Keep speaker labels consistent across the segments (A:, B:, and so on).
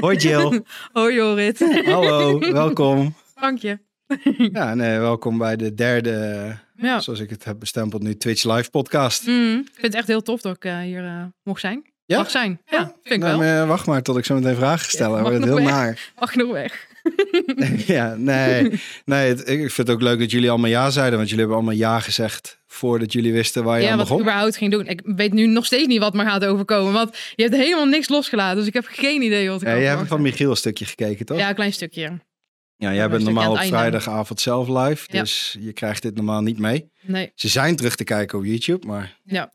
A: Hoi Jill.
B: Hoi Jorrit.
A: Hallo, welkom.
B: Oh, Dank je.
A: Ja, nee, welkom bij de derde,
B: Ja.
A: zoals ik het heb bestempeld nu, Twitch Live podcast.
B: Mm, ik vind het echt heel tof dat ik eh, hier eh, mocht zijn.
A: Ja?
B: Mag zijn. Ja, vind ik
A: Nou,
B: wel.
A: maar wacht maar tot ik zo meteen vragen stel.
B: Ja,
A: Ja, wordt
B: mag
A: heel
B: nog
A: naar.
B: Mag nog weg.
A: ja, nee. nee het- ik vind het ook leuk dat jullie allemaal ja zeiden, want jullie hebben allemaal ja gezegd voordat jullie wisten waar je
B: ja,
A: aan
B: wat ik
A: begon.
B: überhaupt ging doen. Ik weet nu nog steeds niet wat me gaat overkomen. Want je hebt helemaal niks losgelaten. Dus ik heb geen idee wat ik
A: Ja,
B: had
A: jij hebt
B: verwacht.
A: van Michiel een stukje gekeken, toch?
B: Ja, een klein stukje.
A: Ja, jij
B: een
A: bent
B: stukje
A: normaal
B: aan
A: op
B: het einde.
A: vrijdagavond zelf live,
B: Ja.
A: dus je krijgt dit normaal niet mee.
B: Nee.
A: Ze zijn terug te kijken op YouTube, maar... Ja,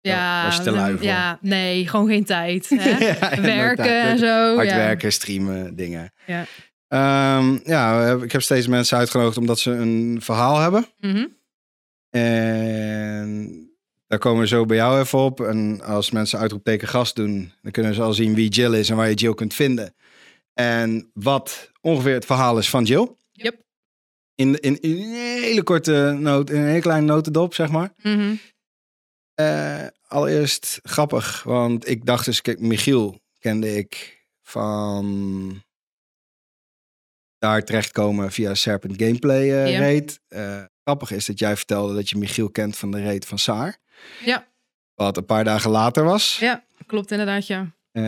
B: Ja,
A: was je te lui voor.
B: ja, nee, gewoon geen tijd. Hè?
A: Ja, en
B: werken
A: ook daar-
B: en zo.
A: Hard
B: Oh, ja.
A: werken, streamen, dingen.
B: Ja.
A: Ehm, ja, we hebben- ik heb steeds mensen uitgenodigd omdat ze een verhaal hebben.
B: Mhm.
A: En daar komen we zo bij jou even op. En als mensen uitroepteken gast doen, dan kunnen ze al zien wie Jill is en waar je Jill kunt vinden. En wat ongeveer het verhaal is van Jill.
B: Yep.
A: In, in, in een hele korte noot, in een hele kleine notendop, zeg maar.
B: Mhm.
A: Eh, allereerst grappig, want ik dacht dus, kijk, Michiel kende ik van daar terechtkomen via Serpent Gameplay eh,
B: Ja.
A: Raid. Eh, grappig is dat jij vertelde dat je Michiel kent van de Raid van Saar.
B: Ja.
A: Wat een paar dagen later was.
B: Ja, klopt inderdaad, ja.
A: Eh,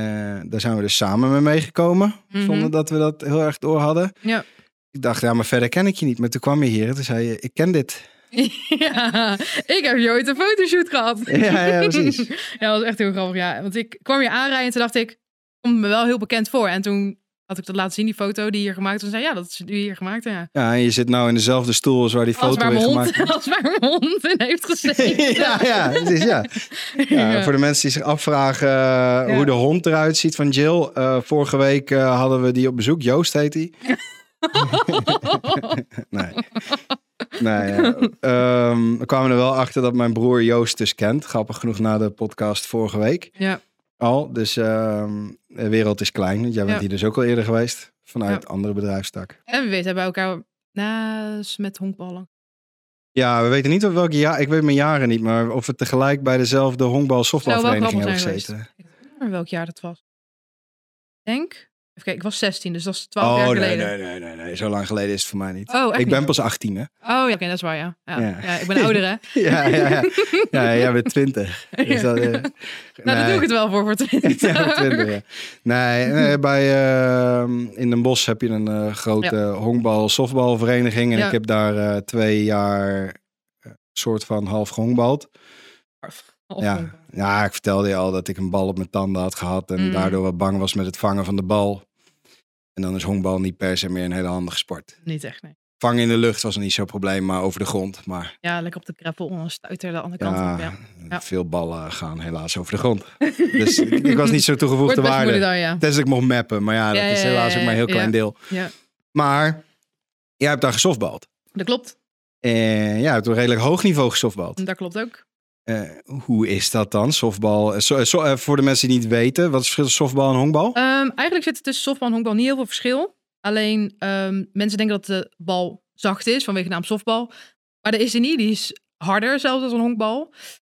A: daar zijn we dus samen mee meegekomen,
B: Mhm.
A: zonder dat we dat heel erg door hadden.
B: Ja.
A: Ik dacht, ja, maar verder ken ik je niet. Maar toen kwam je hier en toen zei je, ik ken dit.
B: ja. Ik heb je ooit een fotoshoot gehad.
A: Ja, ja, precies.
B: Ja, dat was echt heel grappig. Ja, want ik kwam hier aanrijden en toen dacht ik, komt me wel heel bekend voor. En toen had ik dat laten zien, die foto die hier gemaakt was. En zei, ja, dat is die hier gemaakt. Ja.
A: Ja, en je zit nou in dezelfde stoel als waar die
B: Als
A: foto
B: waar,
A: in
B: mijn
A: gemaakt
B: hond, als waar mijn hond in heeft gezeten.
A: ja, ja, precies, ja. Ja, Voor de mensen die zich afvragen eh, hoe de hond eruit ziet van Jill. eh, vorige week eh, hadden we die op bezoek. Joost heet die. nee. Nee, ja. Ehm, we kwamen er wel achter dat mijn broer Joost dus kent. Grappig genoeg na de podcast vorige week
B: Ja.
A: al. Dus ehm, de wereld is klein. want Jij bent
B: Ja.
A: hier dus ook al eerder geweest. Vanuit
B: Ja.
A: andere bedrijfstak.
B: En wie weet hebben we elkaar naast met honkballen.
A: Ja, we weten niet op welke jaar. Ik weet mijn jaren niet. Maar of we tegelijk bij dezelfde honkbal-softbalvereniging
B: Zou wel
A: hebben
B: grappig zijn
A: gezeten.
B: Maar welk jaar dat was? Ik Denk. Even kijken, ik was 16, dus dat is 12 jaar
A: Oh, nee,
B: geleden.
A: nee, nee, nee, nee. Zo lang geleden is het voor mij niet.
B: Oh, echt
A: ik ben
B: niet?
A: pas 18, hè?
B: Oh, ja, oké, dat is waar, ja. Ja,
A: Ja.
B: ja, ik ben ouder, hè?
A: Ja, ja, ja. ja jij bent 20. Dus dat, eh,
B: Nou, daar doe ik het wel voor, voor 20.
A: Ja, 20, ja. Nee, nee, bij, ehm, in Den Bosch heb je een eh, grote honkbal-softbalvereniging. En
B: Ja.
A: ik heb daar eh, twee jaar eh, soort van half gehongbald.
B: Of
A: Ja.
B: honkbal.
A: ja, ik vertelde je al dat ik een bal op mijn tanden had gehad. En
B: Mm.
A: daardoor wat bang was met het vangen van de bal. En dan is honkbal niet per se meer een hele handige sport.
B: Niet echt, nee.
A: Vangen in de lucht was niet zo'n probleem, maar over de grond. Maar
B: Ja, lekker op de kreppel en dan stuiter de andere kant
A: ja,
B: op. Ja. Ja.
A: veel ballen gaan helaas over de grond. Dus ik, ik was niet zo
B: Wordt
A: toegevoegde
B: best moeilijk
A: waarde.
B: dan, ja.
A: Tenzij ik mocht mappen, maar ja, dat
B: Ja,
A: is
B: ja, ja,
A: helaas ook maar een heel
B: ja.
A: klein deel.
B: Ja.
A: Maar jij hebt daar gesoftbald.
B: Dat klopt.
A: En ja, je hebt op een redelijk hoog niveau gesoftbald.
B: Dat klopt ook.
A: Eh, hoe is dat dan, softbal? eh, so- eh, so- eh, voor de mensen die niet weten, wat is het verschil tussen softbal en honkbal?
B: Ehm, eigenlijk zit er tussen softbal en honkbal niet heel veel verschil. Alleen ehm, mensen denken dat de bal zacht is vanwege de naam softbal. Maar dat is die niet. Die is harder zelfs dan een honkbal.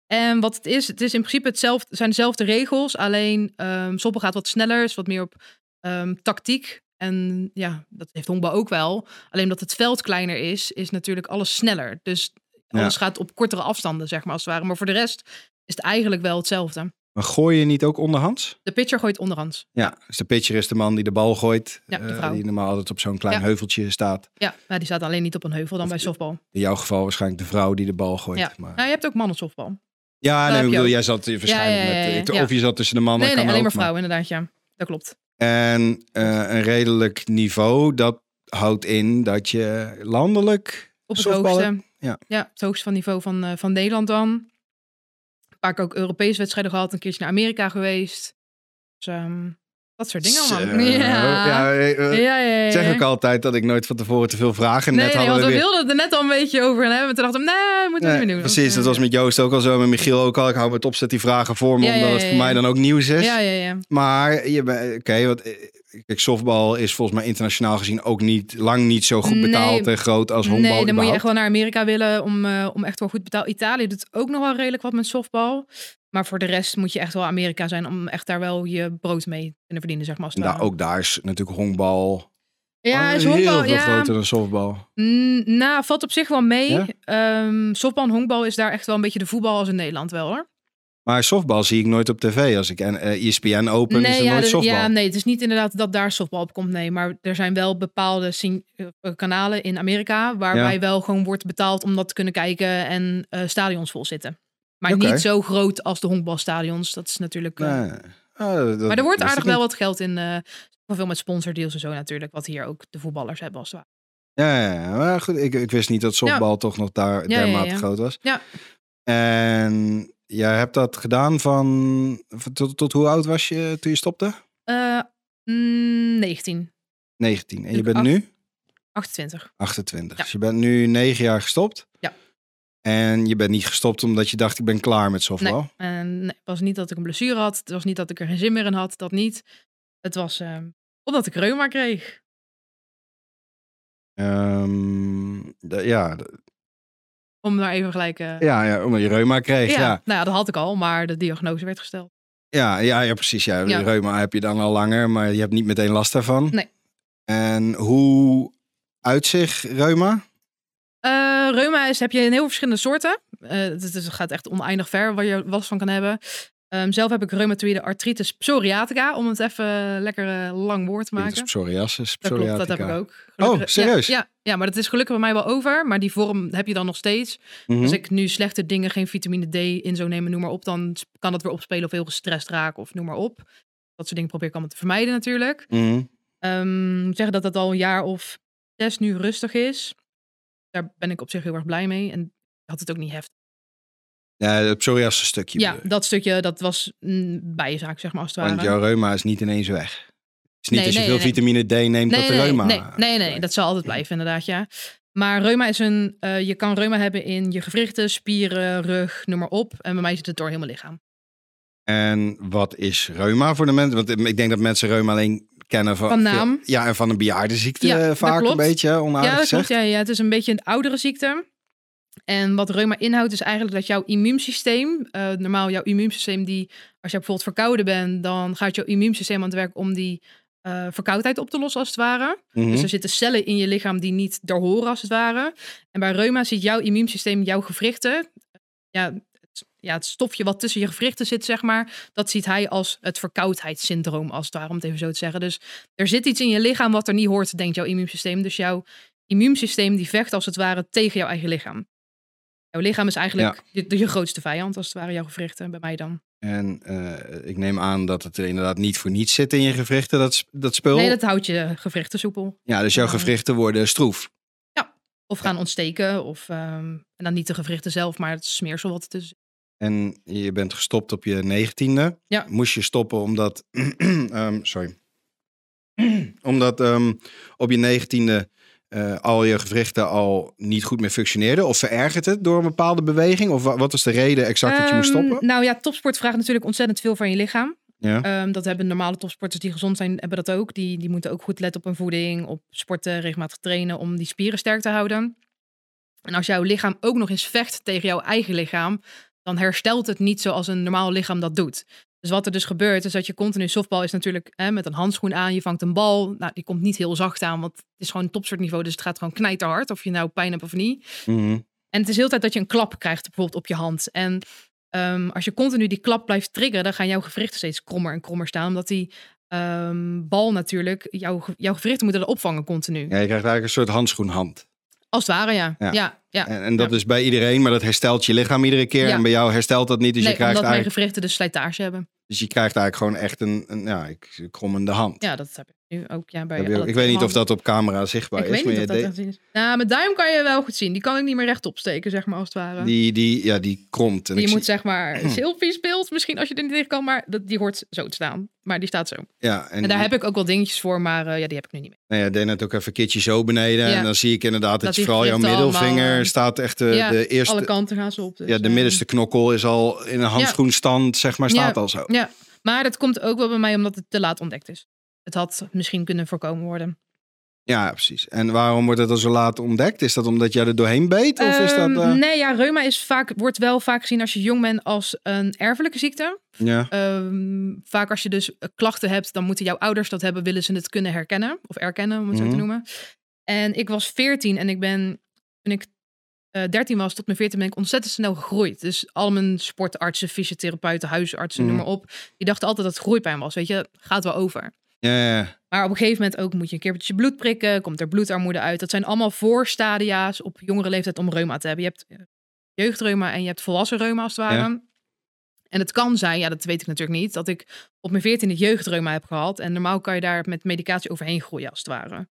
B: En wat het is, het is in principe hetzelfde, het zijn dezelfde regels. Alleen ehm softbal gaat wat sneller, is wat meer op ehm, tactiek. En ja, dat heeft honkbal ook wel. Alleen omdat het veld kleiner is, is natuurlijk alles sneller. Dus
A: Ja.
B: alles gaat op kortere afstanden, zeg maar als het ware. Maar voor de rest is het eigenlijk wel hetzelfde.
A: Maar gooi je niet ook onderhands?
B: De pitcher gooit onderhands.
A: Ja, dus de pitcher is de man die de bal gooit.
B: Ja, de
A: eh,
B: vrouw.
A: die normaal altijd op zo'n klein
B: Ja.
A: heuveltje staat.
B: Ja, maar die staat alleen niet op een heuvel dan
A: Of
B: bij
A: de-
B: softbal.
A: In jouw geval waarschijnlijk de vrouw die de bal gooit.
B: Ja.
A: Maar...
B: Nou, je hebt ook mannensoftbal.
A: Ja, nee,
B: heb
A: ik
B: je
A: bedoel,
B: ook.
A: jij zat hier waarschijnlijk
B: Ja, ja, ja, ja,
A: met...
B: ja.
A: Of je zat tussen de mannen.
B: nee, nee,
A: kan
B: alleen maar
A: ook,
B: vrouwen inderdaad, ja. Dat klopt.
A: En eh, een redelijk niveau, dat houdt in dat je landelijk...
B: Op het
A: softbal hebt.
B: hoogste.
A: Ja.
B: ja, het hoogste van niveau van, eh, van Nederland dan. Vaak ook Europese wedstrijden gehad. Een keertje naar Amerika geweest. Dus ehm, dat soort dingen
A: Zo.
B: allemaal. Ja. Ja,
A: eh, eh,
B: ja, ja, ja.
A: Ik zeg ook altijd dat ik nooit van tevoren te veel vragen.
B: Nee,
A: Net
B: nee,
A: hadden
B: want we
A: we weer...
B: wilden het er net al een beetje over gaan hebben. Toen dachten we, nee, moeten we
A: Nee,
B: niet meer doen.
A: precies, dat was met Joost ook al zo, met Michiel ook al. Ik hou met opzet die vragen voor me,
B: Ja, ja,
A: omdat
B: ja,
A: het voor
B: ja.
A: mij dan ook nieuws is.
B: Ja, ja, ja.
A: Maar, je bent- oké, want eh, Kijk, softbal is volgens mij internationaal gezien ook niet, lang niet zo goed betaald
B: Nee.
A: en groot als honkbal.
B: Nee, dan moet je
A: überhaupt.
B: echt wel naar Amerika willen om, eh, om echt wel goed betaald. Italië doet ook nog wel redelijk wat met softbal. Maar voor de rest moet je echt wel Amerika zijn om echt daar wel je brood mee te kunnen verdienen, zeg maar. Als
A: En
B: het
A: daar,
B: ware.
A: Nou, ook daar is natuurlijk honkbal
B: Ja,
A: oh,
B: is
A: heel
B: honkbal,
A: veel
B: ja,
A: groter dan softbal.
B: mm, nou, valt op zich wel mee.
A: Ja?
B: Ehm, softbal en honkbal is daar echt wel een beetje de voetbal als in Nederland wel, hoor.
A: Maar softbal zie ik nooit op tv. Als ik en, eh, ESPN open, is er
B: ja,
A: nooit
B: de-
A: softbal.
B: ja, nee, het is niet inderdaad dat daar softbal op komt. Nee, maar er zijn wel bepaalde sin- eh, kanalen in Amerika waarbij
A: Ja.
B: wel gewoon wordt betaald om dat te kunnen kijken en eh, stadions vol zitten. Maar
A: Oké.
B: niet zo groot als de honkbalstadions. Dat is natuurlijk. eh,
A: Nee. Ah, dat-
B: maar er wordt
A: wist ik
B: aardig wel
A: niet.
B: wat geld in. eh veel met sponsordeals en zo natuurlijk. Wat hier ook de voetballers hebben als het ware.
A: Ja, ja, ja. maar goed, ik, ik wist niet dat softbal toch nog daar
B: Ja, ja,
A: dermate
B: ja.
A: groot was.
B: Ja.
A: En jij hebt dat gedaan van... Tot, tot hoe oud was je toen je stopte?
B: Eh, mm, 19,
A: 19. En je
B: Ik
A: bent
B: acht-
A: nu?
B: 28.
A: 28.
B: Ja.
A: Dus je bent nu negen jaar gestopt.
B: Ja.
A: En je bent niet gestopt omdat je dacht, ik ben klaar met softbal.
B: En nee, het was niet dat ik een blessure had. Het was niet dat ik er geen zin meer in had. Dat niet. Het was eh, omdat ik reuma kreeg.
A: Ehm, d- ja, d-
B: Om daar even gelijk. eh,
A: ja, ja, omdat je reuma kreeg. Ja, ja.
B: Nou ja, dat had ik al, maar de diagnose werd gesteld.
A: ja, ja, precies. Ja.
B: Ja.
A: Reuma heb je dan al langer, maar je hebt niet meteen last daarvan.
B: Nee.
A: En hoe uitzicht reuma?
B: Eh, reuma is, heb je in heel verschillende soorten. Eh, dus dus het gaat echt oneindig ver waar je last van kan hebben. Ehm, zelf heb ik reumatoïde artritis psoriatica, om het even lekker eh, lang woord te
A: Dit is
B: maken.
A: Psoriasis,
B: Dat klopt, dat heb ik
A: psoriatica. Oh,
B: ook. Gelukkig- ja,
A: serieus?
B: Ja, ja, maar dat is gelukkig bij mij wel over. Maar die vorm heb je dan nog steeds.
A: Mhm.
B: Als Dus ik nu slechte dingen, geen vitamine D in zou nemen, noem maar op, dan sp- kan dat weer opspelen of heel gestrest raken of noem maar op. Dat soort dingen probeer ik allemaal te vermijden natuurlijk.
A: Mhm.
B: Ehm, ik moet zeggen dat dat al een jaar of zes nu rustig is. Daar ben ik op zich heel erg blij mee. En ik had het ook niet heftig.
A: Ja, het psoriasis stukje.
B: ja,
A: bedoel ik.
B: dat stukje, dat was een bijzaak, zeg maar, als het ware.
A: Want jouw reuma is niet ineens weg. Het is niet
B: Nee,
A: als je
B: nee,
A: veel
B: nee,
A: vitamine D neemt dat de
B: nee,
A: reuma...
B: nee, nee, nee, dat zal altijd blijven inderdaad, ja. Maar reuma is een, eh, je kan reuma hebben in je gewrichten, spieren, rug, noem maar op. En bij mij zit het door heel mijn lichaam.
A: En wat is reuma voor de mensen? Want eh, ik denk dat mensen reuma alleen kennen van,
B: Van naam.
A: Ja, en van een bejaardenziekte
B: Ja,
A: eh,
B: dat
A: vaak een
B: klopt.
A: beetje, onaardig
B: ja, dat klopt.
A: gezegd.
B: Ja, ja, het is een beetje een oudere ziekte. En wat reuma inhoudt is eigenlijk dat jouw immuunsysteem, eh, normaal jouw immuunsysteem die, als je bijvoorbeeld verkouden bent, dan gaat jouw immuunsysteem aan het werk om die eh, verkoudheid op te lossen als het ware.
A: Mhm.
B: Dus er zitten cellen in je lichaam die niet daar horen als het ware. En bij reuma zit jouw immuunsysteem, jouw gewrichten, ja, het, ja, het stofje wat tussen je gewrichten zit, zeg maar, dat ziet hij als het verkoudheidssyndroom, als het ware, om het even zo te zeggen. Dus er zit iets in je lichaam wat er niet hoort, denkt jouw immuunsysteem. Dus jouw immuunsysteem die vecht als het ware tegen jouw eigen lichaam. Jouw lichaam is eigenlijk je, je grootste vijand, als het ware, jouw gewrichten, bij mij dan.
A: En eh, ik neem aan dat het er inderdaad niet voor niets zit in je gewrichten, dat, sp- dat spul.
B: Nee, dat houdt je gewrichten soepel.
A: Ja, dus jouw
B: Ja.
A: gewrichten worden stroef.
B: Of gaan ontsteken, of ehm, en dan niet de gewrichten zelf, maar het smeersel wat er tussen
A: En je bent gestopt op je negentiende.
B: Ja.
A: Moest je stoppen omdat... ehm, sorry. omdat ehm, op je negentiende eh, al je gewrichten al niet goed meer functioneerden? Of verergert het door een bepaalde beweging? Of wa- wat was de reden exact dat je moest
B: Ehm,
A: stoppen?
B: Nou ja, topsport vraagt natuurlijk ontzettend veel van je lichaam.
A: Ja.
B: Ehm, dat hebben normale topsporters die gezond zijn, hebben dat ook. Die, die moeten ook goed letten op hun voeding, op sporten, regelmatig trainen om die spieren sterk te houden. En als jouw lichaam ook nog eens vecht tegen jouw eigen lichaam, dan herstelt het niet zoals een normaal lichaam dat doet. Dus wat er dus gebeurt, is dat je continu softbal is natuurlijk hè, met een handschoen aan. Je vangt een bal. Nou, die komt niet heel zacht aan, want het is gewoon topsportniveau. Dus het gaat gewoon knijterhard, of je nou pijn hebt of niet.
A: Mhm.
B: En het is de hele tijd dat je een klap krijgt, bijvoorbeeld op je hand. En ehm, als je continu die klap blijft triggeren, dan gaan jouw gewrichten steeds krommer en krommer staan. Omdat die ehm, bal natuurlijk, jouw, ge- jouw gewrichten moeten dat opvangen continu.
A: Ja, je krijgt eigenlijk een soort handschoenhand.
B: Als het ware, ja.
A: Ja.
B: ja. ja,
A: En, en dat is bij iedereen, maar dat herstelt je lichaam iedere keer.
B: Ja.
A: En bij jou herstelt dat niet. Dus, je,
B: nee,
A: krijgt
B: omdat mijn
A: eigenlijk,
B: gewrichten dus slijtage hebben.
A: dus je krijgt eigenlijk gewoon echt een, een ja, ik- krommende hand.
B: Ja, dat heb ik nu ook. Ja, bij
A: Heb je ook-
B: alle
A: ik weet niet of
B: handen.
A: dat op camera zichtbaar
B: Ik
A: is.
B: weet niet
A: maar
B: of
A: je
B: dat
A: deed-
B: echt is. Nou, mijn duim kan je wel goed zien. Die kan ik niet meer rechtop steken, zeg maar, als het ware.
A: die, die, ja, die kromt. En
B: je
A: ik
B: moet
A: zie-
B: zeg maar, Sylvie speelt misschien als je er niet tegen kan, maar dat, die hoort zo te staan. Maar die staat zo. En,
A: ja, en,
B: daar
A: die-
B: heb ik ook wel dingetjes voor, maar eh, ja, die heb ik nu niet meer.
A: Nou ja, deed net ook even een keertje zo beneden.
B: Ja.
A: En dan zie ik inderdaad dat,
B: Dat
A: je
B: die
A: vooral jouw
B: gewrichten
A: middelvinger
B: allemaal, eh,
A: staat echt de,
B: ja,
A: de eerste.
B: alle kanten gaan ze op. dus,
A: ja, de
B: eh,
A: middenste knokkel is al in een handschoenstand, zeg maar, staat
B: Ja.
A: al zo.
B: Ja, maar dat komt ook wel bij mij omdat het te laat ontdekt is. het had misschien kunnen voorkomen worden.
A: Ja, precies. En waarom wordt het al zo laat ontdekt? Is dat omdat jij er doorheen beet? Of is dat...
B: Ehm,
A: eh,
B: Nee, ja, reuma is vaak, wordt wel vaak gezien als je jong bent als een erfelijke ziekte.
A: Ja,
B: Ehm, vaak als je dus eh, klachten hebt, dan moeten jouw ouders dat hebben, willen ze het kunnen herkennen. Of erkennen, om het zo
A: Mhm.
B: te noemen. En ik was 14 en ik ben, toen ik eh 13 was tot mijn 14 ben ik ontzettend snel gegroeid. Dus al mijn sportartsen, fysiotherapeuten, huisartsen,
A: Mhm.
B: noem maar op. Die dachten altijd dat het groeipijn was, weet je, gaat wel over.
A: ja, ja, ja.
B: Maar op een gegeven moment ook moet je een keertje bloed prikken, komt er bloedarmoede uit. Dat zijn allemaal voorstadia's op jongere leeftijd om reuma te hebben. Je hebt eh, jeugdreuma en je hebt volwassen reuma als het ware. En het kan zijn, ja, dat weet ik natuurlijk niet, dat ik op mijn veertiende jeugdreuma heb gehad. En normaal kan je daar met medicatie overheen groeien als het ware.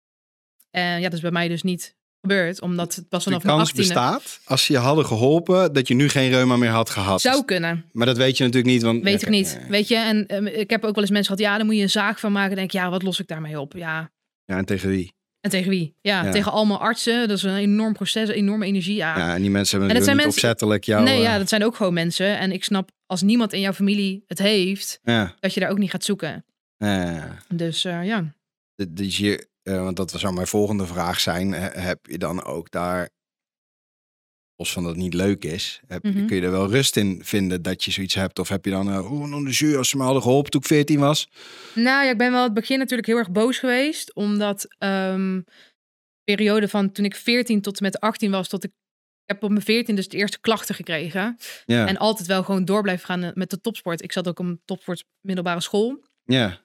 B: En ja, dat is bij mij dus niet gebeurd, omdat het pas
A: De
B: vanaf mijn
A: kans
B: achttiende
A: bestaat, als ze je hadden geholpen, dat je nu geen reuma meer had gehad.
B: zou kunnen.
A: Maar dat weet je natuurlijk niet, want...
B: Weet
A: Ja,
B: ik
A: kijk,
B: niet.
A: ja, ja.
B: Weet je, en ehm, ik heb ook wel eens mensen gehad, ja, dan moet je een zaak van maken. Dan denk ik, ja, wat los ik daarmee op? Ja,
A: Ja, en tegen die.
B: En tegen wie? Ja,
A: Ja.
B: tegen allemaal artsen. Dat is een enorm proces, een enorme energie. Ja.
A: Ja, en die mensen hebben
B: En
A: natuurlijk
B: dat zijn
A: niet
B: mensen-
A: opzettelijk jou...
B: nee,
A: eh,
B: ja, dat zijn ook gewoon mensen. En ik snap, als niemand in jouw familie het heeft,
A: ja,
B: dat je daar ook niet gaat zoeken.
A: ja, ja, ja.
B: Dus eh, ja.
A: D- Dus je, eh, want dat zou mijn volgende vraag zijn. He- Heb je dan ook daar, los van dat het niet leuk is, heb,
B: Mhm.
A: kun je er wel rust in vinden dat je zoiets hebt? Of heb je dan, eh, oh, non de jeu, als ze me hadden geholpen toen ik 14 was?
B: Nou ja, ik ben wel het begin natuurlijk heel erg boos geweest. Omdat ehm, de periode van toen ik 14 tot en met 18 was, tot ik, ik heb op mijn 14 dus de eerste klachten gekregen.
A: Ja,
B: En altijd wel gewoon door blijven gaan eh, met de topsport. Ik zat ook op een topsport middelbare school.
A: ja,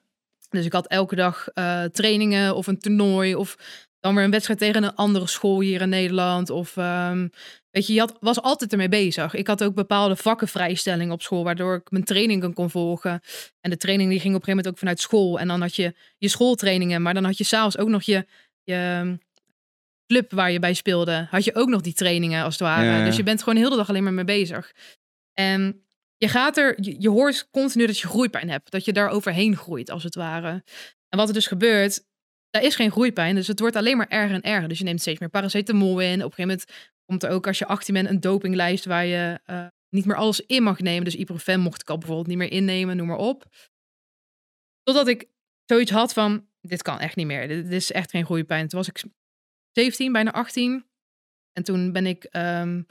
B: Dus ik had elke dag eh, trainingen of een toernooi of dan weer een wedstrijd tegen een andere school hier in Nederland. Of ehm, weet je, je had, was altijd ermee bezig. Ik had ook bepaalde vakkenvrijstellingen op school, waardoor ik mijn trainingen kon volgen. En de training die ging op een gegeven moment ook vanuit school. En dan had je je schooltrainingen, maar dan had je s'avonds ook nog je, je ehm, club waar je bij speelde. Had je ook nog die trainingen als het ware.
A: Ja, ja.
B: Dus je bent gewoon heel de dag alleen maar mee bezig. En je gaat er, je, je hoort continu dat je groeipijn hebt. Dat je daar overheen groeit, als het ware. En wat er dus gebeurt, daar is geen groeipijn. Dus het wordt alleen maar erger en erger. Dus je neemt steeds meer paracetamol in. Op een gegeven moment komt er ook als je 18 bent een dopinglijst waar je eh, niet meer alles in mag nemen. Dus ibuprofen mocht ik al bijvoorbeeld niet meer innemen, noem maar op. Totdat ik zoiets had van, dit kan echt niet meer. Dit, dit is echt geen groeipijn. Toen was ik 17, bijna 18. En toen ben ik, ehm,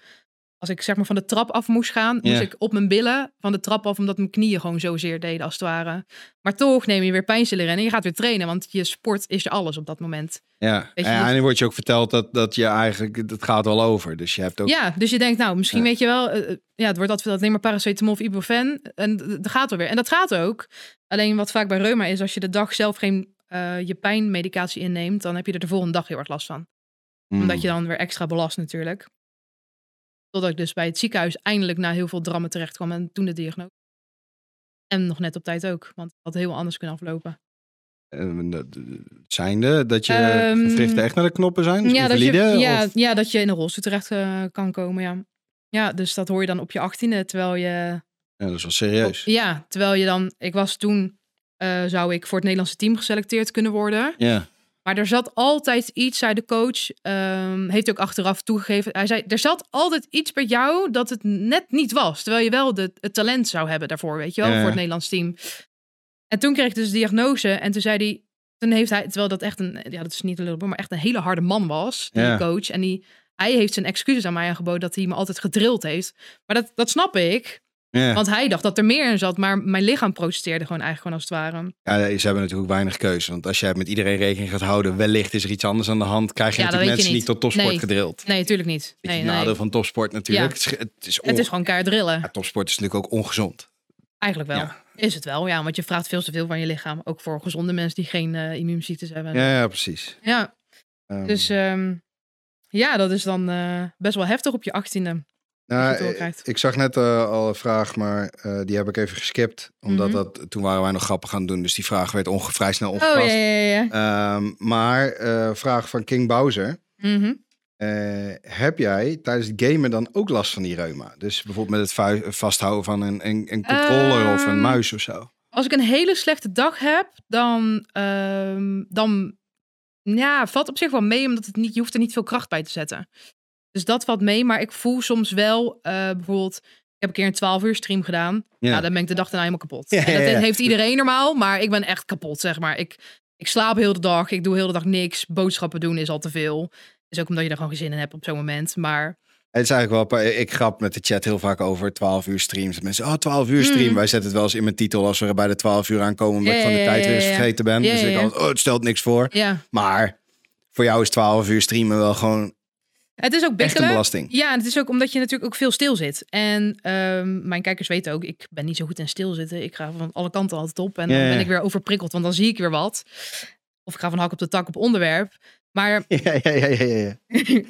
B: als ik zeg maar van de trap af moest gaan,
A: Ja.
B: moest ik op mijn billen van de trap af, omdat mijn knieën gewoon zozeer deden als het ware. Maar toch neem je weer pijnstiller in en je gaat weer trainen, want je sport is je alles op dat moment.
A: ja.
B: Weet je,
A: ja
B: dat-
A: en dan wordt je ook verteld dat, dat je eigenlijk, dat gaat wel over. Dus je hebt ook...
B: Ja, dus je denkt, nou, misschien
A: Ja.
B: weet je wel, eh, eh, ja, het wordt altijd dat alleen maar paracetamol of ibuprofen. En d- dat gaat wel weer. En dat gaat ook. Alleen wat vaak bij reuma is, als je de dag zelf geen eh, je pijnmedicatie inneemt, dan heb je er de volgende dag heel erg last van.
A: Mm.
B: Omdat je dan weer extra belast natuurlijk. Totdat ik dus bij het ziekenhuis eindelijk na heel veel drammen terecht kwam en toen de diagnose. En nog net op tijd ook, want het had heel anders kunnen aflopen.
A: Eh, dat- Zijnde, dat je
B: Ehm,
A: gewrichten echt naar de knoppen zijn? Dus
B: dat je,
A: invalide?
B: ja,
A: of-
B: ja, dat je in een rolstoel terecht eh, kan komen, ja. Ja, dus dat hoor je dan op je achttiende, terwijl je
A: ja, dat is wel serieus.
B: Ja, terwijl je dan, ik was toen, eh, zou ik voor het Nederlandse team geselecteerd kunnen worden.
A: Ja,
B: Maar er zat altijd iets, zei de coach, ehm, heeft ook achteraf toegegeven. Hij zei, er zat altijd iets bij jou dat het net niet was. Terwijl je wel de, het talent zou hebben daarvoor, weet je wel,
A: Ja, ja.
B: voor het Nederlands team. En toen kreeg ik dus de diagnose en toen zei hij, toen heeft hij, terwijl dat echt een, ja dat is niet een lulboom, maar echt een hele harde man was, die
A: Ja.
B: coach. En die, hij heeft zijn excuses aan mij aangeboden dat hij me altijd gedrild heeft. Maar dat, dat snap ik.
A: ja.
B: Want hij dacht dat er meer in zat, maar mijn lichaam protesteerde gewoon eigenlijk gewoon als het ware.
A: Ja, ze hebben natuurlijk weinig keuze. Want als jij met iedereen rekening gaat houden, wellicht is er iets anders aan de hand. Krijg je
B: Ja, dat
A: natuurlijk mensen
B: weet je
A: niet. tot
B: niet.
A: topsport
B: Nee.
A: gedrild.
B: Nee, natuurlijk niet.
A: Beetje het
B: Nee,
A: nadeel
B: nee.
A: van topsport natuurlijk.
B: Ja.
A: Het is, het is,
B: Het
A: on-
B: is gewoon keihard drillen.
A: Ja, topsport is natuurlijk ook ongezond.
B: Eigenlijk wel.
A: Ja.
B: Is het wel, ja. Want je vraagt veel te veel van je lichaam. Ook voor gezonde mensen die geen eh, immuunziektes hebben.
A: Ja, ja precies.
B: Ja,
A: Ehm,
B: dus ehm, ja, dat is dan eh, best wel heftig op je achttiende.
A: nou,
B: het doorkrijgt.
A: ik, ik zag net eh, al een vraag, maar eh, die heb ik even geskipt. Omdat
B: Mhm.
A: dat, toen waren wij nog grappen gaan doen. Dus die vraag werd onge, vrij snel
B: Oh,
A: ongepast.
B: ja, ja, ja. ja.
A: Ehm, maar eh, vraag van King Bowser.
B: Mhm.
A: Eh, heb jij tijdens het gamen dan ook last van die reuma? Dus bijvoorbeeld met het vu- vasthouden van een, een, een controller of een
B: Ehm,
A: muis of zo?
B: Als ik een hele slechte dag heb, dan, ehm, dan ja, valt op zich wel mee, omdat het niet, je hoeft er niet veel kracht bij te zetten. Dus dat valt mee, maar ik voel soms wel, eh, bijvoorbeeld, ik heb een keer een 12 uur stream gedaan. Nou,
A: Ja.
B: Ja, dan ben ik de dag daarna helemaal kapot.
A: Ja,
B: en dat
A: ja, ja.
B: heeft iedereen normaal, maar ik ben echt kapot, zeg maar. Ik Ik slaap heel de dag, ik doe heel de dag niks. Boodschappen doen is al te veel. Is ook omdat je er gewoon geen zin in hebt op zo'n moment. Maar
A: Het is eigenlijk wel, ik grap met de chat heel vaak over 12 uur streams. Mensen, oh, 12 uur stream.
B: Mm.
A: Wij zetten het wel eens in mijn titel als we er bij de 12 uur aankomen, omdat
B: Ja,
A: ik van de
B: ja,
A: tijd
B: ja,
A: weer eens
B: ja, ja.
A: vergeten ben.
B: Ja,
A: dus
B: ja,
A: ik
B: ja.
A: altijd, oh, het stelt niks voor.
B: ja,
A: Maar voor jou is 12 uur streamen wel gewoon
B: het is ook
A: echt een
B: bikkelen.
A: belasting.
B: Ja, en het is ook omdat je natuurlijk ook veel stil zit. En ehm, mijn kijkers weten ook, ik ben niet zo goed in stilzitten. Ik ga van alle kanten altijd op en
A: Ja,
B: dan
A: ja.
B: ben ik weer overprikkeld, want dan zie ik weer wat. Of ik ga van hak op de tak op onderwerp. Maar
A: Ja, ja, ja, ja, ja.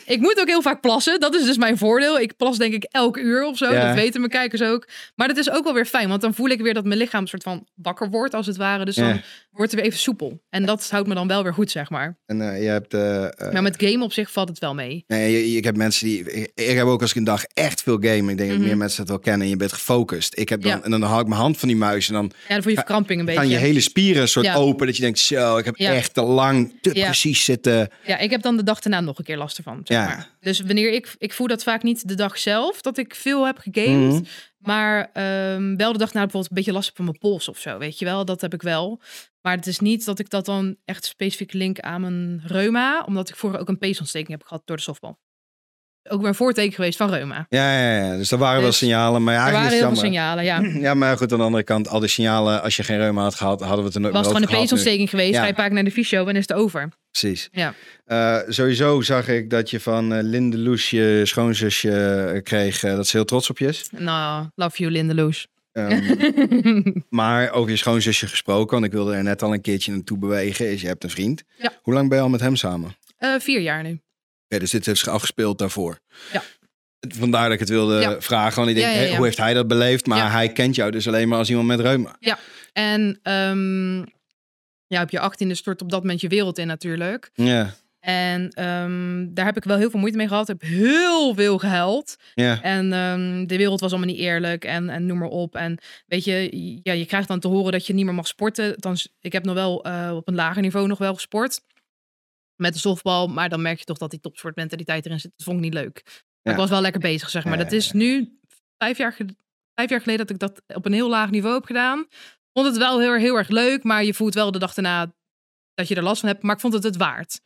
B: ik moet ook heel vaak plassen. Dat is dus mijn voordeel. Ik plas denk ik elk uur of zo.
A: Ja.
B: Dat weten mijn kijkers ook. Maar dat is ook wel weer fijn, want dan voel ik weer dat mijn lichaam soort van wakker wordt als het ware. Dus dan
A: Ja.
B: wordt het weer even soepel. En dat houdt me dan wel weer goed, zeg maar.
A: En eh, je hebt... eh, eh,
B: Maar met game op zich valt het wel mee.
A: Nee, je- je- ik heb mensen die. Ik, ik heb ook als ik een dag echt veel game. Ik denk dat
B: Mhm.
A: meer mensen dat wel kennen. En je bent gefocust. Ik heb dan,
B: Ja.
A: En dan haal ik mijn hand van die muis. En dan
B: Ja, dan voel je verkramping een beetje.
A: gaan je hele spieren een soort
B: Ja.
A: open. Dat je denkt, zo, ik heb
B: Ja.
A: echt te lang te
B: Ja.
A: precies zitten.
B: Ja, ik heb dan de dag daarna nog een keer last ervan. Zeg
A: Ja.
B: maar. Dus wanneer ik, ik voel dat vaak niet de dag zelf, dat ik veel heb gegamed.
A: Mhm.
B: Maar ehm, wel de dag na bijvoorbeeld een beetje last heb van mijn pols of zo. Weet je wel, dat heb ik wel. Maar het is niet dat ik dat dan echt specifiek link aan mijn reuma. Omdat ik vroeger ook een peesontsteking heb gehad door de softbal. Ook weer een voorteken geweest van reuma.
A: Ja, ja, ja. Dus er waren wel
B: Dus
A: signalen. Maar ja,
B: Er waren
A: eigenlijk
B: heel veel
A: is het jammer. Hm.
B: signalen, ja.
A: Ja, maar goed, aan de andere kant, al die signalen, als je geen reuma had gehad, hadden we het er nooit
B: Was
A: meer
B: gewoon een
A: over gehad nu.
B: peesontsteking geweest.
A: Ja.
B: Ga je vaak naar de fysio en is het over.
A: Precies.
B: Ja.
A: Eh, sowieso zag ik dat je van eh, Linde Loes je schoonzusje eh, kreeg. eh, dat ze heel trots op je is.
B: Nou, love you Lindeloos.
A: Ehm, Maar over je schoonzusje gesproken, want ik wilde er net al een keertje naartoe bewegen, is je hebt een vriend.
B: Ja.
A: Hoe lang ben je al met hem samen? Oké,
B: Eh, vier jaar nu.
A: dus dit heeft zich afgespeeld daarvoor.
B: Ja.
A: Vandaar dat ik het wilde
B: Ja.
A: vragen, want ik denk,
B: Ja, ja,
A: hé,
B: ja.
A: hoe heeft hij dat beleefd? Maar
B: Ja.
A: hij kent jou dus alleen maar als iemand met reuma.
B: En ehm, ja, op je achttiende stort op dat moment je wereld in natuurlijk.
A: Ja,
B: En ehm, daar heb ik wel heel veel moeite mee gehad. Ik heb heel veel gehuild.
A: ja.
B: En ehm, de wereld was allemaal niet eerlijk en, en noem maar op. En weet je, ja, je krijgt dan te horen dat je niet meer mag sporten. Althans, ik heb nog wel eh, op een lager niveau nog wel gesport. Met de softbal. Maar dan merk je toch dat die topsportmentaliteit erin zit. Dat vond ik niet leuk.
A: Ja.
B: Maar ik was wel lekker bezig, zeg maar.
A: Ja,
B: dat
A: ja,
B: is nu vijf jaar, ge- vijf jaar geleden dat ik dat op een heel laag niveau heb gedaan. Vond het wel heel, heel erg leuk. Maar je voelt wel de dag daarna dat je er last van hebt. Maar ik vond het het waard.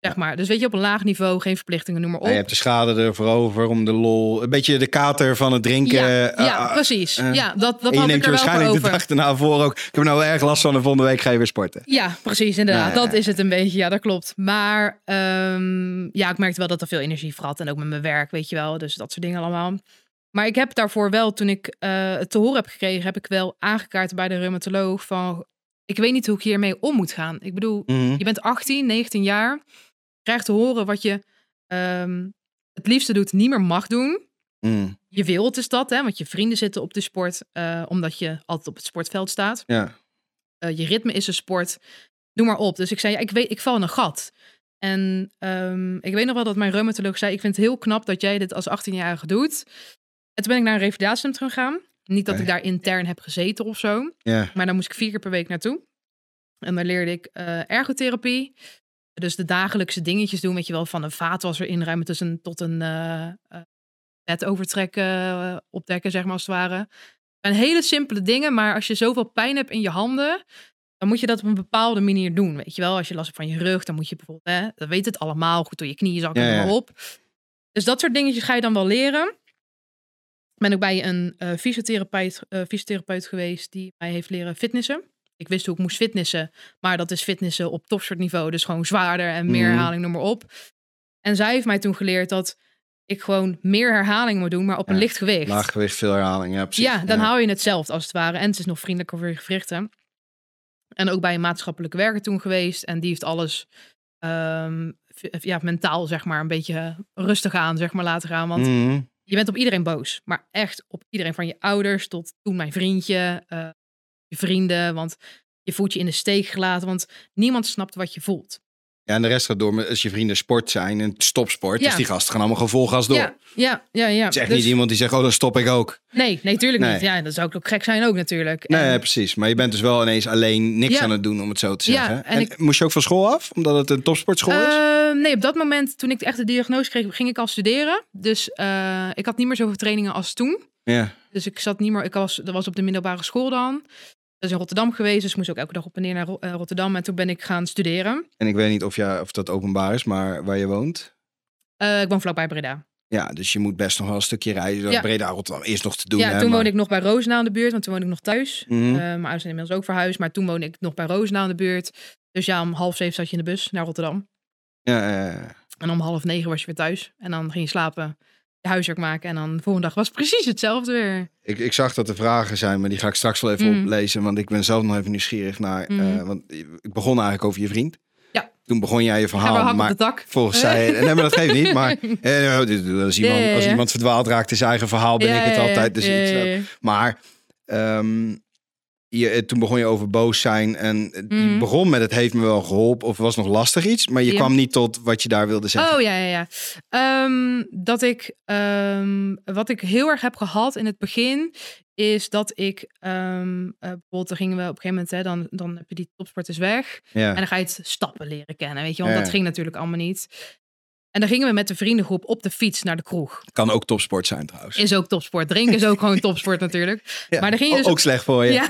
B: Zeg
A: Ja. Nou
B: maar. Dus weet je, op een laag niveau, geen verplichtingen, noem maar op.
A: Je hebt de schade ervoor over om de lol. Een beetje de kater van het drinken.
B: Ja,
A: eh,
B: ja
A: eh,
B: precies.
A: eh,
B: ja, dat, dat
A: en je
B: had
A: neemt je
B: ik er wel voor
A: waarschijnlijk de
B: over.
A: dag daarna voor ook. Ik heb nou erg last van en volgende week ga je weer sporten.
B: Ja, precies, inderdaad.
A: Ja, Ah, ja,
B: Dat is het een beetje. Ja, dat klopt. Maar ehm, ja, ik merkte wel dat er veel energie vrat. En ook met mijn werk, weet je wel. Dus dat soort dingen allemaal. Maar ik heb daarvoor wel, toen ik eh, het te horen heb gekregen, heb ik wel aangekaart bij de reumatoloog van... Ik weet niet hoe ik hiermee om moet gaan. Ik bedoel,
A: Mhm.
B: je bent 18, 19 jaar. Krijgt te horen wat je ehm, het liefste doet, niet meer mag doen.
A: Mhm.
B: je wereld is dat, hè? Want je vrienden zitten op de sport, eh, omdat je altijd op het sportveld staat.
A: Ja.
B: Eh, je ritme is een sport. Noem maar op. Dus ik zei, ja, ik weet, ik val in een gat. En ehm, ik weet nog wel dat mijn reumatoloog zei, ik vind het heel knap dat jij dit als 18-jarige doet. En toen ben ik naar een revalidatiecentrum gegaan. Niet dat
A: Oké.
B: ik daar intern heb gezeten of zo.
A: Ja.
B: Maar daar moest ik vier keer per week naartoe. En daar leerde ik eh, ergotherapie. Dus de dagelijkse dingetjes doen. Weet je wel, van een vaatwasser inruimen tot een, tot een eh, eh, bed overtrekken, eh, opdekken, zeg maar als het ware. Het zijn hele simpele dingen, maar als je zoveel pijn hebt in je handen, dan moet je dat op een bepaalde manier doen. Weet je wel, als je last hebt van je rug, dan moet je bijvoorbeeld, hè, dat weet het allemaal, goed door je knieën zakken,
A: Ja,
B: noem
A: ja.
B: maar op. Dus dat soort dingetjes ga je dan wel leren. Ik ben ook bij een eh, fysiotherapeut, eh, fysiotherapeut geweest die mij heeft leren fitnessen. Ik wist hoe ik moest fitnessen, maar dat is fitnessen op topsportniveau. Dus gewoon zwaarder en meer
A: Mhm.
B: herhaling, noem maar op. En zij heeft mij toen geleerd dat ik gewoon meer herhaling moet doen, maar op een
A: Ja,
B: licht gewicht.
A: Laag gewicht, veel herhaling. Ja, precies.
B: Ja, dan hou je hetzelfde als het ware. En het is nog vriendelijker voor je gewrichten. En ook bij een maatschappelijk werker toen geweest. En die heeft alles ehm, v- ja, mentaal, zeg maar, een beetje rustig aan, zeg maar, laten gaan. Want
A: Mhm.
B: je bent op iedereen boos. Maar echt op iedereen. Van je ouders tot toen mijn vriendje, eh, je vrienden. Want je voelt je in de steek gelaten. Want niemand snapt wat je voelt.
A: Ja, en de rest gaat door. Maar als je vrienden sport zijn en stopsport,
B: Ja.
A: dus die gasten gaan allemaal gewoon vol gas door.
B: Ja, ja, ja. ja.
A: Het is echt
B: Dus-
A: niet iemand die zegt, oh, dan stop ik ook.
B: Nee, nee, tuurlijk
A: Nee.
B: niet. Ja, dat zou ik ook gek zijn ook natuurlijk.
A: Nee,
B: En-
A: precies. Maar je bent dus wel ineens alleen niks
B: Ja.
A: aan het doen, om het zo te
B: Ja,
A: zeggen. en
B: en ik-
A: moest je ook van school af, omdat het een topsportschool is?
B: Eh, nee, op dat moment, toen ik echt de diagnose kreeg, ging ik al studeren. Dus eh, ik had niet meer zoveel trainingen als toen.
A: Ja.
B: Dus ik zat niet meer, ik was, dat was op de middelbare school dan. Dus is in Rotterdam geweest, dus ik moest ook elke dag op en neer naar Ro- eh, Rotterdam. En toen ben ik gaan studeren.
A: En ik weet niet of, ja, of dat openbaar is, maar waar je woont.
B: Eh, ik woon vlakbij Breda.
A: Ja, dus je moet best nog wel een stukje rijden.
B: Ja.
A: Breda Rotterdam is nog te doen.
B: ja,
A: hè,
B: toen
A: maar-
B: woonde ik nog bij Roosendaal in de buurt, want toen woonde ik nog thuis.
A: Mhm.
B: Eh, mijn ouders zijn inmiddels ook verhuisd, maar toen woonde ik nog bij Roosendaal in de buurt. Dus ja, om half zeven zat je in de bus naar Rotterdam.
A: ja, ja, ja.
B: En om half negen was je weer thuis. En dan ging je slapen, je huiswerk maken. En dan de volgende dag was het precies hetzelfde weer.
A: Ik, ik zag dat er vragen zijn, maar die ga ik straks wel even
B: Mhm.
A: oplezen. Want ik ben zelf nog even nieuwsgierig naar. eh,
B: Mhm.
A: want ik begon eigenlijk over je vriend.
B: Ja.
A: Toen begon jij je
B: Gaan we
A: verhaal.
B: hak op
A: Maar
B: de dak.
A: volgens zij. Nee, maar dat geeft niet. Maar eh, als, iemand,
B: Ja, ja, ja.
A: als iemand verdwaald raakt in zijn eigen verhaal, ben
B: Ja,
A: ik het
B: ja, ja,
A: altijd. Dus
B: ja,
A: iets,
B: ja,
A: eh,
B: ja.
A: Maar ehm, je, eh, toen begon je over boos zijn. En eh, je
B: Mhm.
A: begon met het heeft me wel geholpen. Of was nog lastig iets. Maar je
B: Ja.
A: kwam niet tot wat je daar wilde zeggen.
B: Oh ja, ja, ja. Ehm, dat ik, ehm, wat ik heel erg heb gehad in het begin, is dat ik, ehm, eh, bijvoorbeeld, dan gingen we op een gegeven moment, hè, dan, dan heb je die topsporters weg.
A: ja.
B: En dan ga je het stappen leren kennen, weet je, want
A: Ja.
B: dat ging natuurlijk allemaal niet. En dan gingen we met de vriendengroep op de fiets naar de kroeg.
A: Kan ook topsport zijn trouwens.
B: Is ook topsport. Drinken is ook gewoon topsport natuurlijk.
A: Ja.
B: maar dan ging je
A: O-
B: dus-
A: Ook slecht voor je.
B: Ja.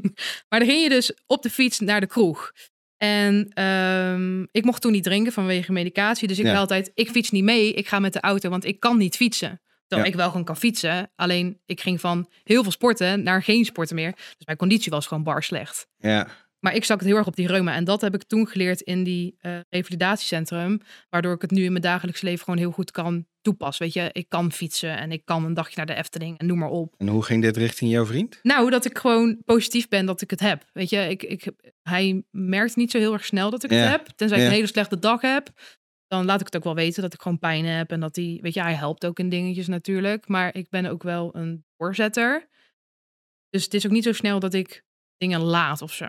B: maar dan ging je dus op de fiets naar de kroeg. En ehm, ik mocht toen niet drinken vanwege medicatie. Dus ik
A: Ja.
B: zei altijd, ik fiets niet mee. Ik ga met de auto, want ik kan niet fietsen. Terwijl
A: Ja.
B: ik wel gewoon kan fietsen. Alleen ik ging van heel veel sporten naar geen sporten meer. Dus mijn conditie was gewoon bar slecht.
A: Ja.
B: Maar ik zag het heel erg op die reuma. En dat heb ik toen geleerd in die eh, revalidatiecentrum. Waardoor ik het nu in mijn dagelijks leven gewoon heel goed kan toepassen. Weet je, ik kan fietsen en ik kan een dagje naar de Efteling en noem maar op.
A: En hoe ging dit richting jouw vriend?
B: Nou, dat ik gewoon positief ben dat ik het heb. Weet je, ik, ik, hij merkt niet zo heel erg snel dat ik
A: Ja.
B: het heb. Tenzij ik
A: Ja.
B: een hele slechte dag heb. Dan laat ik het ook wel weten dat ik gewoon pijn heb. En dat hij, weet je, hij helpt ook in dingetjes natuurlijk. Maar ik ben ook wel een doorzetter. Dus het is ook niet zo snel dat ik dingen laat of zo.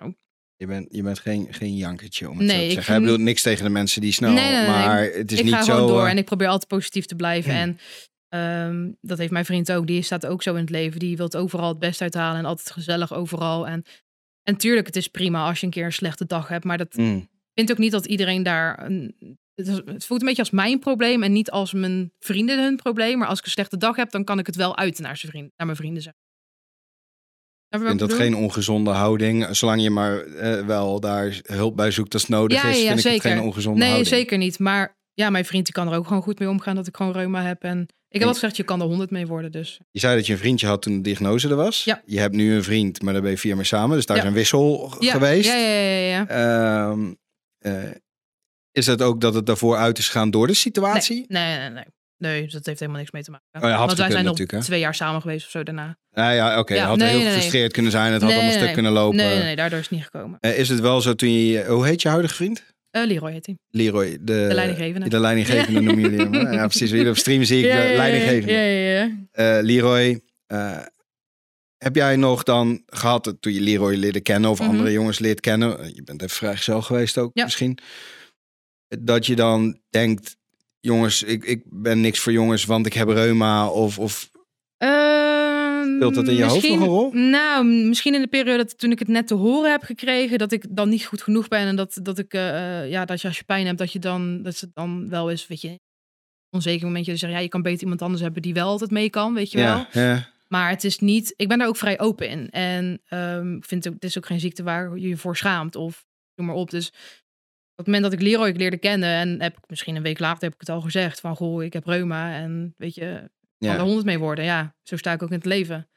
A: Je bent, je bent geen, geen jankertje om het
B: Nee,
A: zo te
B: ik
A: zeggen. Ik
B: vind-
A: bedoel niks tegen de mensen die snel,
B: Nee, nee, nee, nee.
A: maar het is
B: ik
A: niet
B: ga
A: zo...
B: gewoon door
A: eh,
B: en ik probeer altijd positief te blijven. En ehm, dat heeft mijn vriend ook. Die staat ook zo in het leven. Die wil overal het best uithalen en altijd gezellig overal. En, en tuurlijk, het is prima als je een keer een slechte dag hebt. Maar dat
A: mm,
B: vindt ook niet dat iedereen daar... Een, het, is- het voelt een beetje als mijn probleem en niet als mijn vrienden hun probleem. Maar als ik een slechte dag heb, dan kan ik het wel uiten naar, zijn vriend, naar mijn vrienden zeggen. Snap
A: ik
B: je
A: vind
B: wat ik
A: dat
B: bedoel?
A: geen ongezonde houding. Zolang je maar eh, wel daar hulp bij zoekt als nodig
B: Ja,
A: is,
B: ja,
A: vind ik het
B: zeker.
A: geen ongezonde
B: Nee,
A: houding.
B: zeker niet. Maar ja, mijn vriend die kan er ook gewoon goed mee omgaan dat ik gewoon reuma heb. En ik heb
A: En-
B: al gezegd, je kan er honderd mee worden. Dus
A: Je zei dat je een vriendje had toen de diagnose er was.
B: Ja.
A: Je hebt nu een vriend, maar daar ben je vier mee samen. Dus daar
B: Ja.
A: is een wissel g-
B: ja,
A: geweest.
B: Ja, ja, ja, ja.
A: Ehm, eh, is dat ook dat het daarvoor uit is gaan door de situatie?
B: Nee, nee, nee. Nee, dus dat heeft helemaal niks mee te maken.
A: Oh ja, had
B: Want wij
A: gekund
B: zijn nog
A: natuurlijk, hè?
B: twee jaar samen geweest of zo daarna.
A: Nou ja, oké.
B: Ja,
A: het had
B: nee,
A: heel
B: nee, nee.
A: gefrustreerd kunnen zijn. Het had
B: Nee,
A: allemaal
B: nee,
A: stuk kunnen lopen.
B: Nee, nee, nee, daardoor is het niet gekomen.
A: Eh, is het wel zo toen je... Hoe heet je huidige vriend?
B: Eh Leroy heet hij.
A: Leroy. De,
B: De leidinggevende.
A: De leidinggevende noemen jullie hem. hè? Ja, precies. Jullie op stream zie ik de leidinggevende.
B: Ja, ja, ja.
A: Eh, Leroy, eh, heb jij nog dan gehad, eh, toen je Leroy leerde kennen of
B: Mhm.
A: andere jongens leert kennen, eh, je bent even vrijgezel geweest ook
B: Ja.
A: misschien, dat je dan denkt, jongens, ik, ik ben niks voor jongens, want ik heb reuma of... of
B: Ehm,
A: Speelt dat in je hoofd
B: misschien-
A: nog een rol?
B: Nou, m- misschien in de periode dat- toen ik het net te horen heb gekregen, dat ik dan niet goed genoeg ben en dat, dat ik, eh, eh, ja, dat je als je pijn hebt, dat je dan, dat ze dan wel eens, weet je, een onzeker momentje zeggen, ja, je kan beter iemand anders hebben die wel altijd mee kan, weet je wel.
A: ja, ja,
B: Maar het is niet, ik ben daar ook vrij open in en ehm, ik vind ook, het is ook geen ziekte waar je je voor schaamt of noem maar op. Dus op het moment dat ik Leroy ik leerde kennen en heb ik misschien een week later heb ik het al gezegd van, goh, ik heb reuma en weet je, kan er
A: ja.
B: honderd mee worden. Ja, zo sta ik ook in het leven.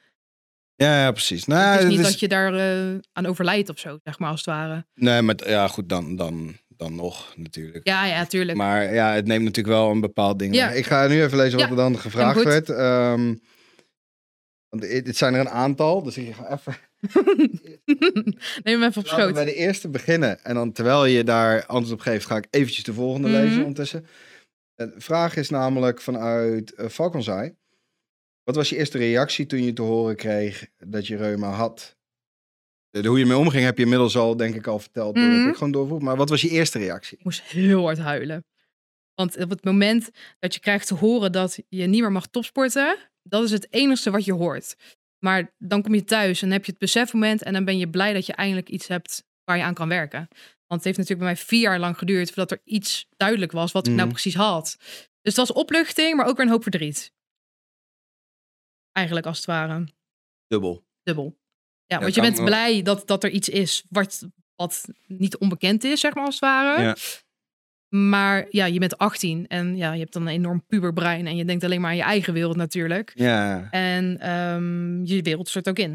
A: ja, ja, precies. Nou,
B: het is
A: dat
B: niet
A: is-
B: dat je daar eh, aan overlijdt of zo, zeg maar, als het ware.
A: Nee, maar ja, goed, dan, dan, dan nog natuurlijk.
B: Ja, ja, tuurlijk.
A: Maar ja, het neemt natuurlijk wel een bepaald ding.
B: Ja.
A: weg. Ik ga nu even lezen wat
B: Ja,
A: er dan gevraagd
B: goed.
A: werd. Ehm, want het het zijn er een aantal, dus ik ga even...
B: Neem hem even
A: Laten
B: op
A: we bij
B: schoot.
A: de eerste beginnen. En dan terwijl je daar antwoord op geeft, ga ik eventjes de volgende
B: Mhm.
A: lezen ondertussen. Eh, De vraag is namelijk vanuit uh, Falconzai. Wat was je eerste reactie toen je te horen kreeg dat je reuma had? De, hoe je mee omging heb je inmiddels al, denk ik, al verteld. doordat
B: Mhm.
A: ik gewoon doorvoer. Maar wat was je eerste reactie?
B: Ik moest heel hard huilen. Want op het moment dat je krijgt te horen dat je niet meer mag topsporten, dat is het enige wat je hoort. Maar dan kom je thuis en heb je het besefmoment en dan ben je blij dat je eindelijk iets hebt waar je aan kan werken. Want het heeft natuurlijk bij mij vier jaar lang geduurd voordat er iets duidelijk was wat ik nou
A: Mhm.
B: precies had. Dus het was opluchting, maar ook weer een hoop verdriet. Eigenlijk als het ware.
A: Dubbel.
B: Dubbel. Ja, want je
A: kan
B: bent
A: wel.
B: blij dat, dat er iets is wat, wat niet onbekend is, zeg maar als het ware.
A: Ja.
B: Maar ja, je bent 18 en ja, je hebt dan een enorm puberbrein en je denkt alleen maar aan je eigen wereld natuurlijk.
A: Ja,
B: En ehm, je wereld stort ook in.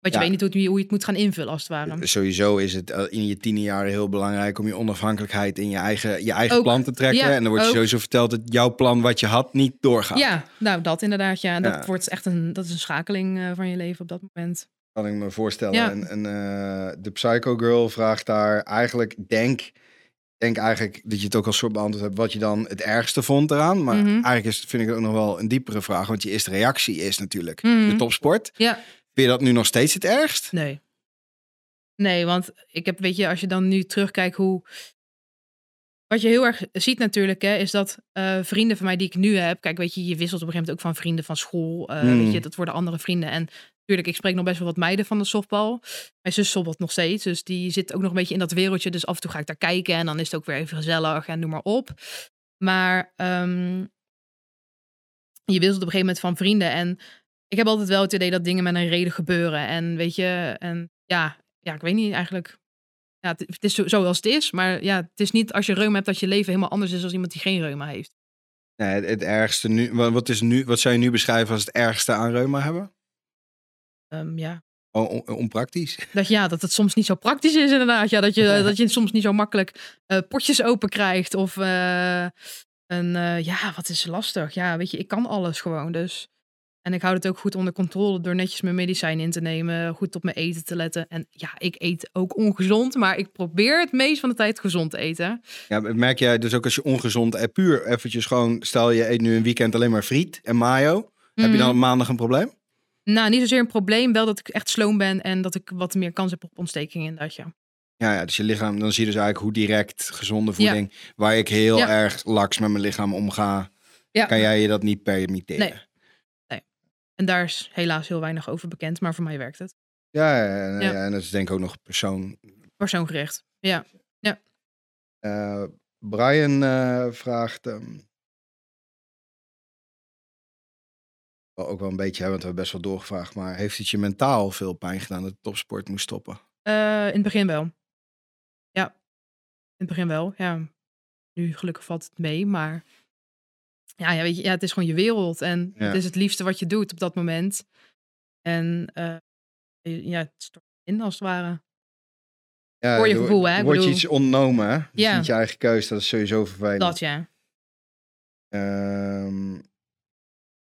B: Want je
A: Ja.
B: weet niet hoe, het- hoe je het moet gaan invullen als het ware.
A: sowieso is het eh, in je tiende jaren heel belangrijk om je onafhankelijkheid in je eigen, je eigen
B: Ook.
A: plan te trekken.
B: Ja,
A: en dan wordt je
B: ook.
A: sowieso verteld dat jouw plan wat je had niet doorgaat.
B: Ja, nou dat inderdaad. Ja, dat
A: Ja.
B: wordt echt een, dat is een schakeling eh, van je leven op dat moment.
A: kan ik me voorstellen.
B: Ja.
A: En, en eh, de Psycho Girl vraagt daar eigenlijk, denk, denk eigenlijk dat je het ook als soort beantwoord hebt wat je dan het ergste vond eraan. Maar
B: Mhm.
A: eigenlijk is, vind ik het ook nog wel een diepere vraag, want je eerste reactie is natuurlijk
B: Mhm.
A: de topsport.
B: Ja.
A: Vind je dat nu nog steeds het ergst?
B: Nee. Nee, want ik heb, weet je, als je dan nu terugkijkt hoe... Wat je heel erg ziet natuurlijk, hè, is dat eh, vrienden van mij die ik nu heb... Kijk, weet je, je wisselt op een gegeven moment ook van vrienden van school. eh,
A: Hmm.
B: Weet je, dat worden andere vrienden. En natuurlijk, ik spreek nog best wel wat meiden van de softbal. Mijn zus softbalt nog steeds, dus die zit ook nog een beetje in dat wereldje. Dus af en toe ga ik daar kijken en dan is het ook weer even gezellig en noem maar op. Maar ehm, je wisselt op een gegeven moment van vrienden. En ik heb altijd wel het idee dat dingen met een reden gebeuren. En weet je, en ja, ja ik weet niet eigenlijk. Ja, het, het is zo, zoals het is, maar ja, het is niet als je reuma hebt dat je leven helemaal anders is dan iemand die geen reuma heeft.
A: Nee, het, het ergste nu. wa- Wat, is nu, wat zou je nu beschrijven als het ergste aan reuma hebben?
B: Ehm, ja.
A: O- on- onpraktisch.
B: Dat, ja, dat het soms niet zo praktisch is inderdaad. Ja, dat, je, dat je soms niet zo makkelijk eh, potjes open krijgt. Of eh, een, eh, ja, wat is lastig. Ja, weet je, ik kan alles gewoon dus. En ik hou het ook goed onder controle door netjes mijn medicijn in te nemen. Goed op mijn eten te letten. En ja, ik eet ook ongezond. Maar ik probeer het meest van de tijd gezond te eten.
A: Ja, maar merk jij dus ook als je ongezond en puur eventjes gewoon, stel je eet nu een weekend alleen maar friet en mayo. Heb je dan op
B: Mhm.
A: maandag een probleem?
B: Nou, niet zozeer een probleem. Wel dat ik echt sloom ben en dat ik wat meer kans heb op ontstekingen inderdaad, ja.
A: Ja, ja, dus je lichaam, dan zie je dus eigenlijk hoe direct gezonde voeding, waar ik heel
B: Ja.
A: erg laks met mijn lichaam omga,
B: Ja.
A: kan jij je dat niet permitteren.
B: Nee. En daar is helaas heel weinig over bekend, maar voor mij werkt het.
A: Ja, ja, ja, en,
B: Ja.
A: ja, en dat is denk ik ook nog persoon.
B: Persoongericht. Ja.
A: Eh, Brian eh, vraagt, ehm, wel ook wel een beetje, hè, want we hebben best wel doorgevraagd, maar heeft het je mentaal veel pijn gedaan dat de topsport moest stoppen?
B: Eh, in het begin wel. Ja. In het begin wel, ja. Nu gelukkig valt het mee, maar... Ja, ja, weet je, ja het is gewoon je wereld. En
A: Ja.
B: het is het liefste wat je doet op dat moment. En eh, ja, het stort in als het ware.
A: Ja,
B: Voor je
A: dan
B: gevoel, hè? Ik
A: Word je
B: bedoel-
A: iets ontnomen, hè? Dat is
B: Ja.
A: niet je eigen keus, dat is sowieso vervelend.
B: Dat ja.
A: Ehm,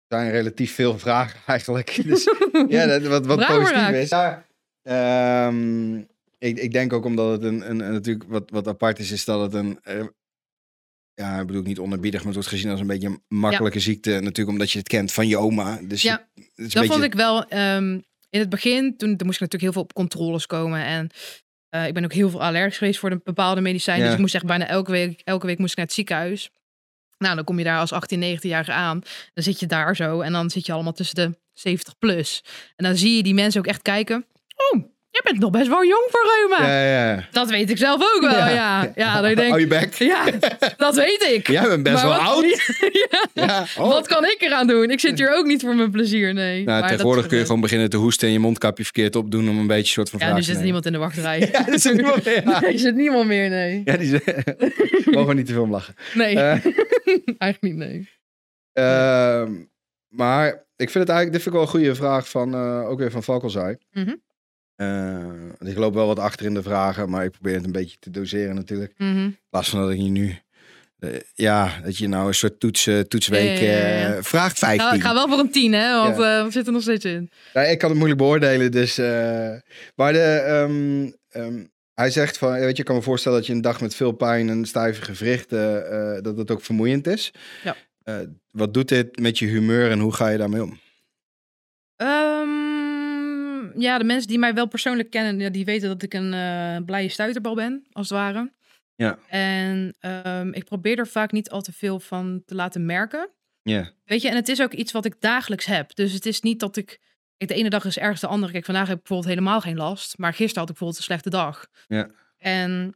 A: er zijn relatief veel vragen eigenlijk. Dus ja, dat, wat, wat
B: Bravo,
A: positief
B: Raak.
A: is. Ja, ehm, ik, ik denk ook omdat het een, een, een- natuurlijk wat, wat apart is, is dat het een. eh, ja, ik bedoel niet onderbiedig, maar het wordt gezien als een beetje een makkelijke ziekte. Natuurlijk omdat je het kent van je oma. Dus
B: Ja,
A: je- het is een
B: Dat
A: beetje-
B: vond ik wel ehm, in het begin. Toen toen moest ik natuurlijk heel veel op controles komen. En eh, ik ben ook heel veel allergisch geweest voor een bepaalde medicijn.
A: Ja.
B: Dus ik moest echt bijna elke week, elke week moest ik naar het ziekenhuis. Nou, dan kom je daar als 18, 19-jarige aan. Dan zit je daar zo. En dan zit je allemaal tussen de 70 plus. En dan zie je die mensen ook echt kijken. Oh, je bent nog best wel jong voor reuma.
A: Ja, ja. ja.
B: Dat weet ik zelf ook wel, ja. Ja, dan denk
A: Oh,
B: ik,
A: je bek.
B: ja, dat weet ik.
A: Jij bent best
B: Maar
A: wel
B: wat-
A: oud.
B: Ja.
A: Ja. Oh.
B: Wat kan ik eraan doen? Ik zit hier ook niet voor mijn plezier, nee. Maar
A: Nou,
B: dat is
A: tegenwoordig kun je
B: gebeurd.
A: gewoon beginnen te hoesten en je mondkapje verkeerd opdoen om een beetje een soort van
B: Ja,
A: vraag
B: nu
A: te
B: zit er
A: nemen.
B: niemand in de wachtrij.
A: Ja, er zit niemand meer. Ja.
B: Nee, er zit niemand meer, nee.
A: Ja, die ze- mogen we niet te veel om lachen.
B: Nee,
A: Eh,
B: eigenlijk niet, nee.
A: ehm, maar ik vind het eigenlijk, dit vind ik wel een goede vraag van, eh, ook weer van Valkelzaai.
B: Mhm.
A: Eh, want ik loop wel wat achter in de vragen, maar ik probeer het een beetje te doseren natuurlijk.
B: Mhm.
A: In plaats van dat ik hier nu, eh, ja, dat je nou een soort toetsen, toetsweek,
B: Ja, ja, ja, ja.
A: eh, vraag 15.
B: Nou, ik ga wel voor een 10, hè, want eh we zitten nog steeds in.
A: Nou, ik kan het moeilijk beoordelen, dus. eh, maar de, ehm, ehm, hij zegt van, weet je, ik kan me voorstellen dat je een dag met veel pijn en stijve gewrichten, eh, dat dat ook vermoeiend is.
B: Ja.
A: Eh, wat doet dit met je humeur en hoe ga je daarmee om?
B: Ehm, ja, de mensen die mij wel persoonlijk kennen, ja, die weten dat ik een eh, blije stuiterbal ben, als het ware.
A: Ja.
B: En ehm, ik probeer er vaak niet al te veel van te laten merken.
A: Ja,
B: Weet je, en het is ook iets wat ik dagelijks heb. Dus het is niet dat ik... Kijk, de ene dag is ergens de andere. Kijk, vandaag heb ik bijvoorbeeld helemaal geen last. Maar gisteren had ik bijvoorbeeld een slechte dag.
A: Ja.
B: En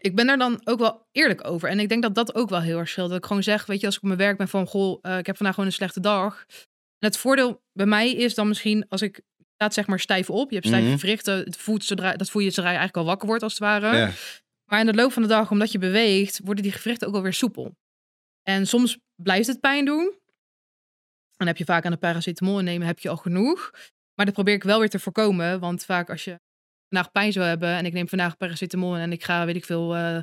B: ik ben daar dan ook wel eerlijk over. En ik denk dat dat ook wel heel erg scheelt. Dat ik gewoon zeg, weet je, als ik op mijn werk ben van... Goh, eh, ik heb vandaag gewoon een slechte dag. En het voordeel bij mij is dan misschien als ik staat zeg maar stijf op. Je hebt stijve
A: Mhm.
B: gewrichten. Het voelt zodra, dat voel je zodra je eigenlijk al wakker wordt als het ware.
A: Ja.
B: Maar in de loop van de dag, omdat je beweegt, worden die gewrichten ook alweer soepel. En soms blijft het pijn doen. En dan heb je vaak aan de paracetamol innemen, heb je al genoeg. Maar dat probeer ik wel weer te voorkomen. Want vaak als je vandaag pijn zou hebben en ik neem vandaag paracetamol en ik ga, weet ik veel, eh,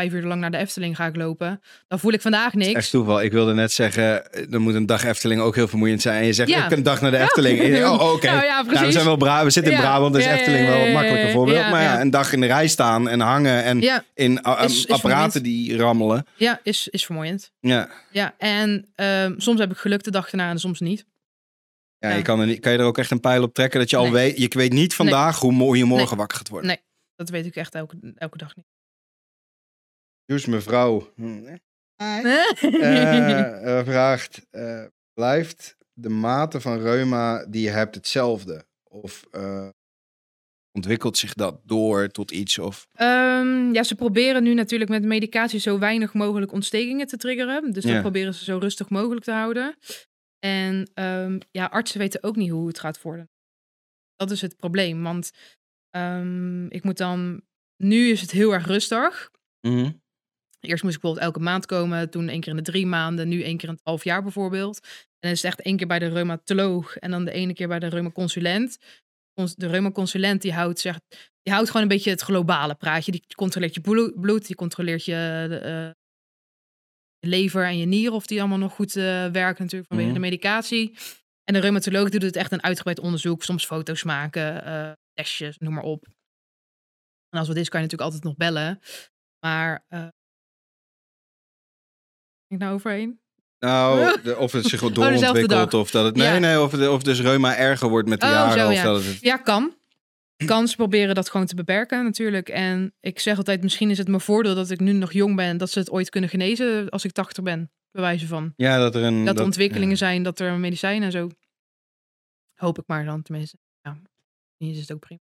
B: vijf uur lang naar de Efteling ga ik lopen. Dan voel ik vandaag niks.
A: Echt toeval. Ik wilde net zeggen, eh, dan moet een dag Efteling ook heel vermoeiend zijn. En je zegt,
B: Ja.
A: ik kan een dag naar de Efteling. En je denkt, Oh, oké.
B: Nou ja,
A: Nou, we,
B: precies.
A: zijn wel Bra- we zitten in
B: Ja.
A: Brabant, dus
B: Ja, ja,
A: Efteling wel
B: ja,
A: een
B: ja,
A: makkelijk
B: ja,
A: voorbeeld.
B: ja,
A: maar ja,
B: ja.
A: een dag in de rij staan en hangen en
B: ja,
A: in a-
B: Is- is
A: apparaten die rammelen.
B: ja is, is vermoeiend.
A: Ja.
B: Ja, en ehm, soms heb ik geluk de dag erna en soms niet.
A: Ja,
B: Ja.
A: Je kan, er niet, kan je er ook echt een pijl op trekken dat je al
B: Nee.
A: weet, je weet niet vandaag hoe mooi je morgen
B: Nee.
A: wakker gaat worden.
B: Nee. Dat weet ik echt elke, elke dag niet.
A: Dus mevrouw hm, eh, eh, vraagt, eh, blijft de mate van reuma die je hebt hetzelfde? Of eh, ontwikkelt zich dat door tot iets? Of,
B: Ehm, ja, ze proberen nu natuurlijk met medicatie zo weinig mogelijk ontstekingen te triggeren. Dus
A: Ja.
B: dat proberen ze zo rustig mogelijk te houden. En ehm, ja, artsen weten ook niet hoe het gaat worden. Dat is het probleem. Want ehm, ik moet dan. Nu is het heel erg rustig.
A: Mhm.
B: Eerst moest ik bijvoorbeeld elke maand komen, toen één keer in de drie maanden, nu één keer in het half jaar bijvoorbeeld. En dan is het echt één keer bij de reumatoloog en dan de ene keer bij de reumaconsulent. Cons- De reumaconsulent die houdt, zegt, die houdt gewoon een beetje het globale praatje. Die controleert je blo- bloed, die controleert je eh, je lever en je nieren of die allemaal nog goed eh, werken natuurlijk vanwege
A: Mhm.
B: de medicatie. En de reumatoloog doet het echt een uitgebreid onderzoek, soms foto's maken, eh, testjes, noem maar op. En als wat is, kan je natuurlijk altijd nog bellen. Maar eh, ben ik nou overheen?
A: Nou, de- of het zich wel
B: Oh, dezelfde
A: doorontwikkelt.
B: dag.
A: of dat het. Nee,
B: Ja.
A: nee, of, de, of dus reuma erger wordt met de
B: Oh,
A: jaren.
B: zo,
A: of
B: ja.
A: dat het,
B: Ja, kan. Kan ze proberen dat gewoon te beperken natuurlijk. En ik zeg altijd, misschien is het mijn voordeel dat ik nu nog jong ben. Dat ze het ooit kunnen genezen als ik 80 ben. Bewijzen van.
A: ja, dat er een.
B: Dat, er ontwikkelingen zijn, dat er medicijnen en zo. Hoop ik maar dan tenminste. Ja, hier is het ook prima.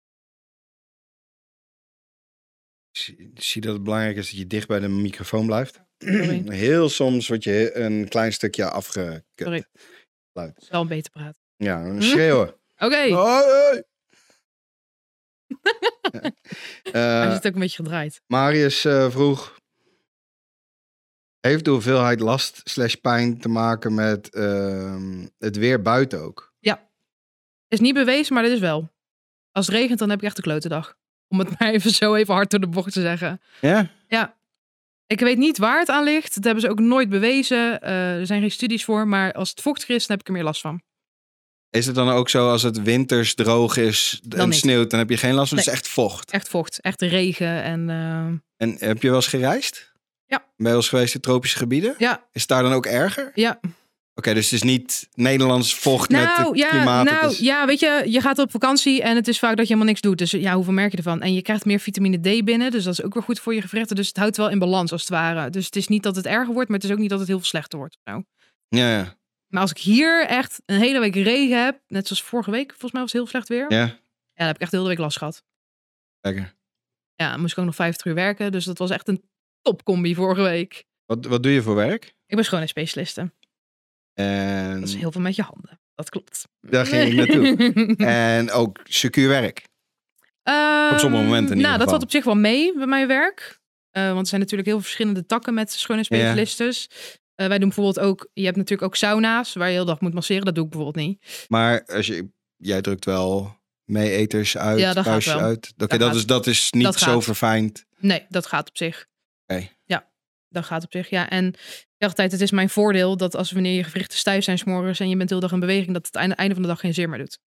A: ja. Ik zie dat het belangrijk is dat je dicht bij de microfoon blijft. Heel soms word je een klein stukje afgekut.
B: Sorry. Hm?
A: Luid.
B: Wel beter praten.
A: Ja, een schreeuwen.
B: Oké,
A: Oh, Hoi, hoi. Eh,
B: hij zit ook een beetje gedraaid.
A: Marius eh, vroeg... Heeft de hoeveelheid last slash pijn te maken met ehm, het weer buiten ook?
B: Is niet bewezen, maar dit is wel. Als het regent, dan heb ik echt een klote dag. Om het maar even zo even hard door de bocht te zeggen.
A: Ja?
B: Ik weet niet waar het aan ligt. Dat hebben ze ook nooit bewezen. Eh, er zijn geen studies voor. Maar als het vochtig is, dan heb ik er meer last van.
A: Is het dan ook zo als het winters droog is
B: Dan
A: en
B: niet.
A: sneeuwt, dan heb je geen last van?
B: Nee.
A: Het is echt vocht.
B: Echt vocht. Echt regen. En eh,
A: En heb je wel eens gereisd?
B: Ja.
A: Ben je wel eens geweest in tropische gebieden?
B: ja,
A: Is het daar dan ook erger? Oké,
B: ja.
A: dus het is niet Nederlands vocht met
B: Nou,
A: het
B: ja,
A: klimaat. het
B: nou
A: is-
B: ja, weet je, je gaat op vakantie en het is vaak dat je helemaal niks doet. Dus ja, hoeveel merk je ervan? En je krijgt meer vitamine D binnen. Dus dat is ook weer goed voor je gewrichten. Dus het houdt wel in balans als het ware. Dus het is niet dat het erger wordt, maar het is ook niet dat het heel veel slechter wordt. Nou.
A: ja, ja.
B: Maar als ik hier echt een hele week regen heb, net zoals vorige week, volgens mij was het heel slecht weer. Ja,
A: ja.
B: dan heb ik echt de hele week last gehad.
A: Lekker.
B: Ja, dan moest ik ook nog 50 uur werken. Dus dat was echt een topcombi vorige week.
A: Wat, wat doe je voor werk?
B: Ik ben schoonheidsspecialiste.
A: En
B: Dat is heel veel met je handen. Dat klopt.
A: Daar Mm. ging ik
B: naartoe.
A: En ook secuur werk. Eh, Op sommige momenten in ieder
B: Nou, dat
A: geval.
B: valt op zich wel mee bij mijn werk. Eh, want er zijn natuurlijk heel veel verschillende takken met schoonheidsspecialistes. Eh, wij doen bijvoorbeeld ook... Je hebt natuurlijk ook sauna's waar je heel de dag moet masseren. Dat doe ik bijvoorbeeld niet.
A: Maar als je, jij drukt wel mee-eters uit,
B: Ja, dat gaat
A: vuistje
B: wel.
A: uit. Oké,
B: Dat
A: dat,
B: gaat.
A: is, dat is niet
B: Dat
A: zo
B: gaat.
A: verfijnd.
B: Nee, dat gaat op zich.
A: Oké.
B: Ja, dat gaat op zich. Ja, en ik dacht altijd, het is mijn voordeel dat als wanneer je gewrichten stijf zijn s'morgens... en je bent heel de dag in beweging, dat het aan het einde van de dag geen zeer meer doet.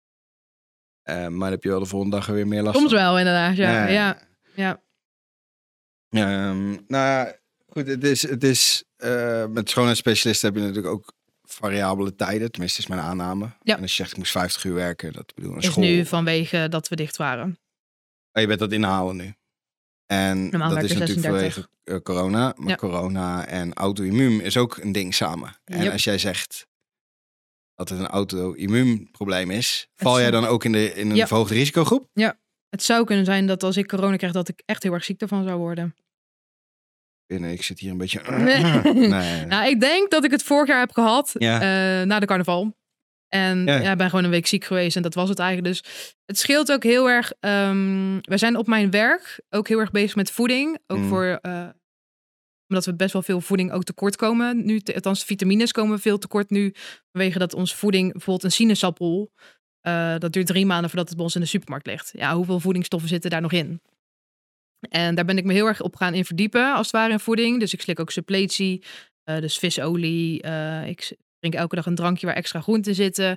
A: Eh, maar dan heb je wel de volgende dag er weer meer last
B: Soms
A: van.
B: wel, inderdaad. Ja, ja. ja.
A: Ehm, nou ja, goed, het is, het is eh, met schoonheidsspecialisten heb je natuurlijk ook variabele tijden. Tenminste, is mijn aanname.
B: Ja.
A: En als je zegt, ik moest 50 uur werken, dat bedoel een
B: Is
A: school.
B: nu vanwege dat we dicht waren.
A: Maar je bent dat inhalen nu. En
B: Normaal
A: dat
B: werk
A: is
B: je
A: natuurlijk
B: 36.
A: vanwege eh, corona. Maar
B: Ja.
A: corona en auto-immuun is ook een ding samen. En
B: Yep.
A: als jij zegt dat het een auto-immuun probleem is, val jij
B: een-
A: dan ook in, de, in een
B: Ja.
A: verhoogde risicogroep?
B: Het zou kunnen zijn dat als ik corona krijg, dat ik echt heel erg ziek ervan zou worden.
A: Ik weet niet, ik zit hier een beetje...
B: Nee.
A: Nee.
B: Nou, ik denk dat ik het vorig jaar heb gehad,
A: Ja.
B: eh, na de carnaval. En
A: Ja.
B: ja. ik ben gewoon een week ziek geweest en dat was het eigenlijk. Dus het scheelt ook heel erg. ehm, we zijn op mijn werk ook heel erg bezig met voeding. Ook
A: Mm.
B: voor, eh, omdat we best wel veel voeding ook tekort komen. Nu, te- althans, vitamines komen veel tekort nu. Vanwege dat onze voeding, bijvoorbeeld een sinaasappel, eh, dat duurt drie maanden voordat het bij ons in de supermarkt ligt. Ja, hoeveel voedingsstoffen zitten daar nog in? En daar ben ik me heel erg op gaan in verdiepen, als het ware in voeding. Dus ik slik ook suppletie, eh, dus visolie. eh, ik s- drink elke dag een drankje waar extra groenten zitten.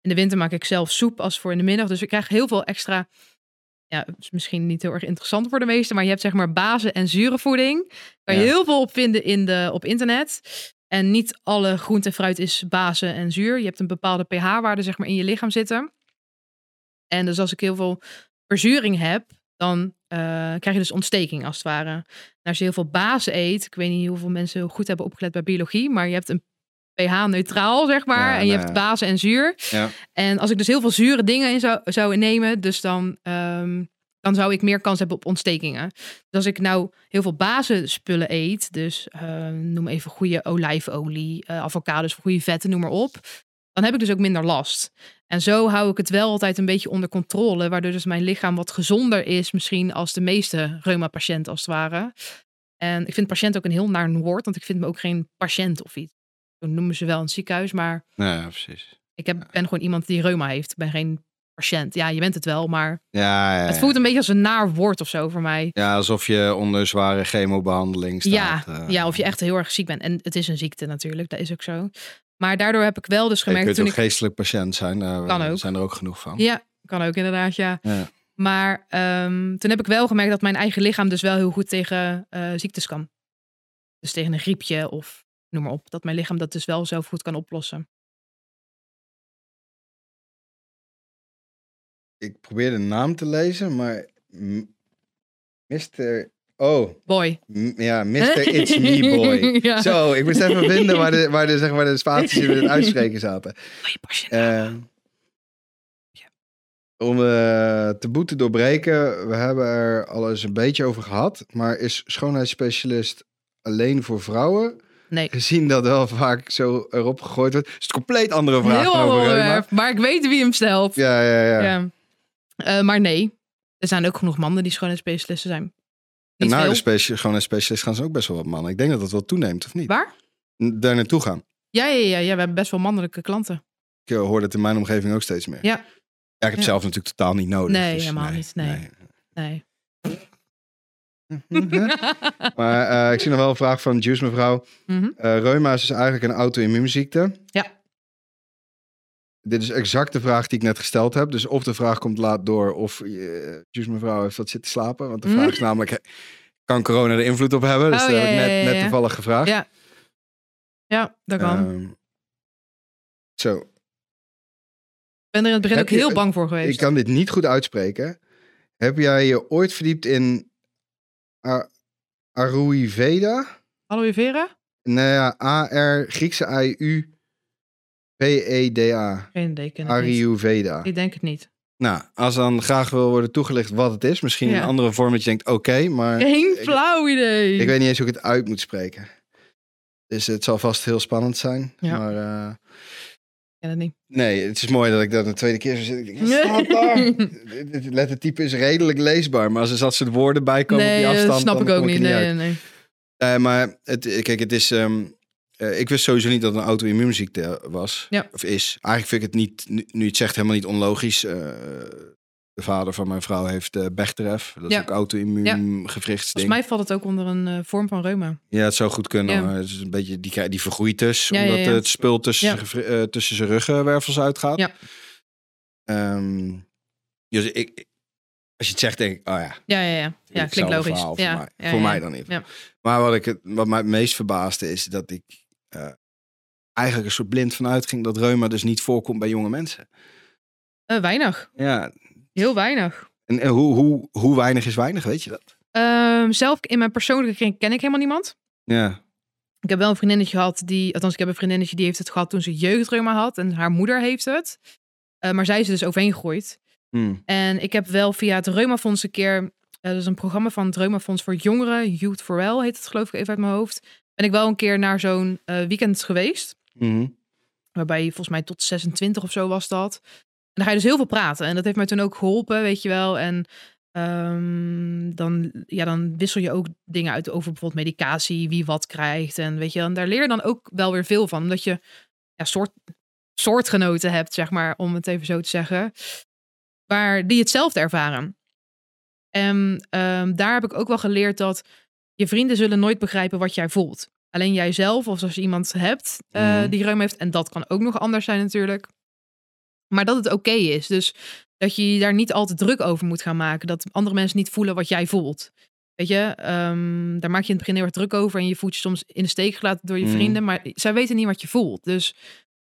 B: In de winter maak ik zelf soep als voor in de middag. Dus ik krijg heel veel extra. Ja, het is misschien niet heel erg interessant voor de meesten, maar je hebt zeg maar bazen- en zure voeding. Kan je
A: Ja.
B: heel veel op vinden in de, op internet. En niet alle groente en fruit is bazen en zuur. Je hebt een bepaalde pH-waarde zeg maar in je lichaam zitten. En dus als ik heel veel verzuring heb, dan eh, krijg je dus ontsteking als het ware. En als je heel veel bazen eet, ik weet niet hoeveel mensen heel goed hebben opgelet bij biologie, maar je hebt een pH-neutraal zeg maar
A: Ja,
B: en je
A: nou
B: hebt
A: ja.
B: bazen en zuur.
A: Ja.
B: En als ik dus heel veel zure dingen in zou, zou nemen, dus dan, ehm, dan zou ik meer kans hebben op ontstekingen. Dus als ik nou heel veel basisspullen eet, dus ehm, noem even goede olijfolie, eh, avocados, goede vetten, noem maar op. Dan heb ik dus ook minder last. En zo hou ik het wel altijd een beetje onder controle, waardoor dus mijn lichaam wat gezonder is misschien als de meeste reuma-patiënten als het ware. En ik vind patiënt ook een heel naar woord, want ik vind me ook geen patiënt of iets. Dat noemen ze wel in het ziekenhuis, maar
A: Nou ja, precies.
B: ik heb, ben gewoon iemand die reuma heeft. Ik ben geen patiënt. Ja, je bent het wel, maar
A: Ja, ja,
B: het
A: ja.
B: voelt een beetje als een naar woord of zo voor mij.
A: Ja, alsof je onder zware chemobehandeling staat.
B: Ja,
A: eh.
B: ja, of je echt heel erg ziek bent. En het is een ziekte natuurlijk, dat is ook zo. Maar daardoor heb ik wel dus
A: Je
B: gemerkt
A: kunt
B: toen
A: ook
B: ik...
A: geestelijk patiënt zijn. Daar eh,
B: Kan ook.
A: zijn er ook genoeg van.
B: Ja, kan ook inderdaad, ja.
A: Ja.
B: Maar ehm, toen heb ik wel gemerkt dat mijn eigen lichaam dus wel heel goed tegen eh, ziektes kan. Dus tegen een griepje of noem maar op. Dat mijn lichaam dat dus wel zelf goed kan oplossen.
A: Ik probeer de naam te lezen, maar... m- Mr... Oh,
B: Boy.
A: m- ja, Mr. It's Me Boy.
B: ja.
A: Zo, ik moest even vinden waar de, waar de, zeg maar, de spaties in het uitspreken zaten.
B: Boy, pasje.
A: Eh, om eh taboe te doorbreken, we hebben er al eens een beetje over gehad. Maar is schoonheidsspecialist alleen voor vrouwen?
B: Nee.
A: Gezien dat wel vaak zo erop gegooid wordt. Is het een compleet andere vraag
B: Heel
A: dan
B: ander
A: over reuma.
B: onderwerp, maar ik weet wie hem stelt.
A: Ja, ja, ja.
B: Ja. Eh, maar nee, er zijn ook genoeg mannen die schoonheidsspecialisten zijn.
A: en
B: Niet
A: naar de
B: veel.
A: specia- schoonheidsspecialist gaan ze ook best wel wat mannen. Ik denk dat dat wel toeneemt, of niet?
B: Waar?
A: N- Daar naartoe gaan.
B: Ja, ja, ja, ja, we hebben best wel mannelijke klanten.
A: Ik eh, hoor dat in mijn omgeving ook steeds meer.
B: Ja.
A: Ja, ik heb
B: Ja.
A: zelf natuurlijk totaal niet nodig.
B: Nee,
A: dus
B: helemaal niet, nee. Nee.
A: Mhm. Maar eh, ik zie nog wel een vraag van Juice mevrouw.
B: Mhm.
A: Eh reuma is dus eigenlijk een auto-immuunziekte.
B: Ja.
A: Dit is exact de vraag die ik net gesteld heb. Dus of de vraag komt laat door of eh Juice mevrouw heeft wat zitten slapen. Want de
B: Mm.
A: vraag is namelijk, eh, kan corona er invloed op hebben? Dus
B: Oh,
A: dat
B: ja,
A: heb ik
B: ja,
A: net,
B: ja,
A: net
B: ja.
A: toevallig gevraagd.
B: Ja, Ja, dat kan.
A: Ehm, zo,
B: ik ben er in het begin
A: heb
B: ook
A: je-
B: heel bang voor
A: eh, ik
B: geweest.
A: kan dit niet goed uitspreken. Heb jij je ooit verdiept in Ar- Ayurveda?
B: Aloe vera?
A: Nou ja, A-R, Griekse I-U, E P-E-D-A.
B: Geen idee, ik ken het niet.
A: Ayurveda.
B: Ik denk het niet.
A: Nou, als dan graag wil worden toegelicht wat het is, misschien in
B: Ja.
A: een andere vorm dat je denkt, oké, maar
B: Geen
A: ik-
B: flauw idee.
A: ik weet niet eens hoe ik het uit moet spreken. Dus het zal vast heel spannend zijn.
B: Ja.
A: Maar eh,
B: Ik ken het niet.
A: nee, het is mooi dat ik dat een tweede keer zo zit. Ik denk, ah." wat staat daar? Het- het lettertype is redelijk leesbaar, maar als er dat soort woorden bij komen op
B: nee,
A: die
B: dat
A: afstand,
B: snap
A: dan
B: ik ook
A: kom
B: niet.
A: er
B: Nee,
A: uit.
B: nee, nee.
A: Nee, Eh, maar het, kijk, het is. ehm, eh, ik wist sowieso niet dat het een auto-immuunziekte eh, was.
B: Ja.
A: Of is. Eigenlijk vind ik het niet, nu, nu je het zegt, helemaal niet onlogisch. Eh, de vader van mijn vrouw heeft eh Bechteref. Dat is
B: Ja.
A: ook auto-immuun gewrichtsding.
B: Volgens mij valt het ook onder een eh, vorm van reuma.
A: Ja, het zou goed kunnen.
B: Ja.
A: maar het is een beetje, die, krijg- die vergroeit dus.
B: Ja, ja,
A: omdat
B: ja.
A: eh, het spul tussen,
B: Ja.
A: zijn gevri- eh, tussen zijn ruggenwervels uitgaat.
B: Ja.
A: Ehm, dus ik, ik- als je het zegt, denk ik, oh ja,
B: Ja, ja, ja. Ja,
A: Hetzelfde
B: klinkt logisch.
A: verhaal voor
B: ja,
A: mij,
B: ja,
A: voor
B: ja,
A: mij
B: ja.
A: dan even. Maar wat, ik, het- wat mij het meest verbaasde is dat ik eh, eigenlijk een soort blind vanuit ging dat reuma dus niet voorkomt bij jonge mensen.
B: Eh, weinig.
A: Ja,
B: Heel weinig.
A: en, en hoe, hoe, hoe weinig is weinig, weet je dat?
B: Ehm, zelf in mijn persoonlijke kring ken ik helemaal niemand.
A: Ja,
B: Ik heb wel een vriendinnetje gehad die, althans, ik heb een vriendinnetje die heeft het gehad toen ze jeugdreuma had en haar moeder heeft het. Eh, maar zij is er dus overheen gegroeid.
A: Hmm.
B: En ik heb wel via het Reumafonds een keer, eh, dat is een programma van het Reumafonds voor jongeren, Youth for Well heet het geloof ik even uit mijn hoofd, ben ik wel een keer naar zo'n eh, weekend geweest.
A: Mhm.
B: Waarbij je volgens mij tot 26 of zo was dat. En dan ga je dus heel veel praten. En dat heeft mij toen ook geholpen, weet je wel. En ehm, dan, ja, dan wissel je ook dingen uit over bijvoorbeeld medicatie, wie wat krijgt. En weet je, wel. en daar leer je dan ook wel weer veel van. Omdat je ja, soort, soortgenoten hebt, zeg maar, om het even zo te zeggen. Waar die hetzelfde ervaren. En ehm, daar heb ik ook wel geleerd dat je vrienden zullen nooit begrijpen wat jij voelt. Alleen jijzelf, of als je iemand hebt eh,
A: Mhm.
B: die reum heeft. En dat kan ook nog anders zijn natuurlijk. Maar dat het oké is. Dus dat je je daar niet altijd druk over moet gaan maken. Dat andere mensen niet voelen wat jij voelt. Weet je, ehm, daar maak je in het begin heel erg druk over. En je voelt je soms in de steek gelaten door je
A: Mhm.
B: vrienden. Maar zij weten niet wat je voelt. Dus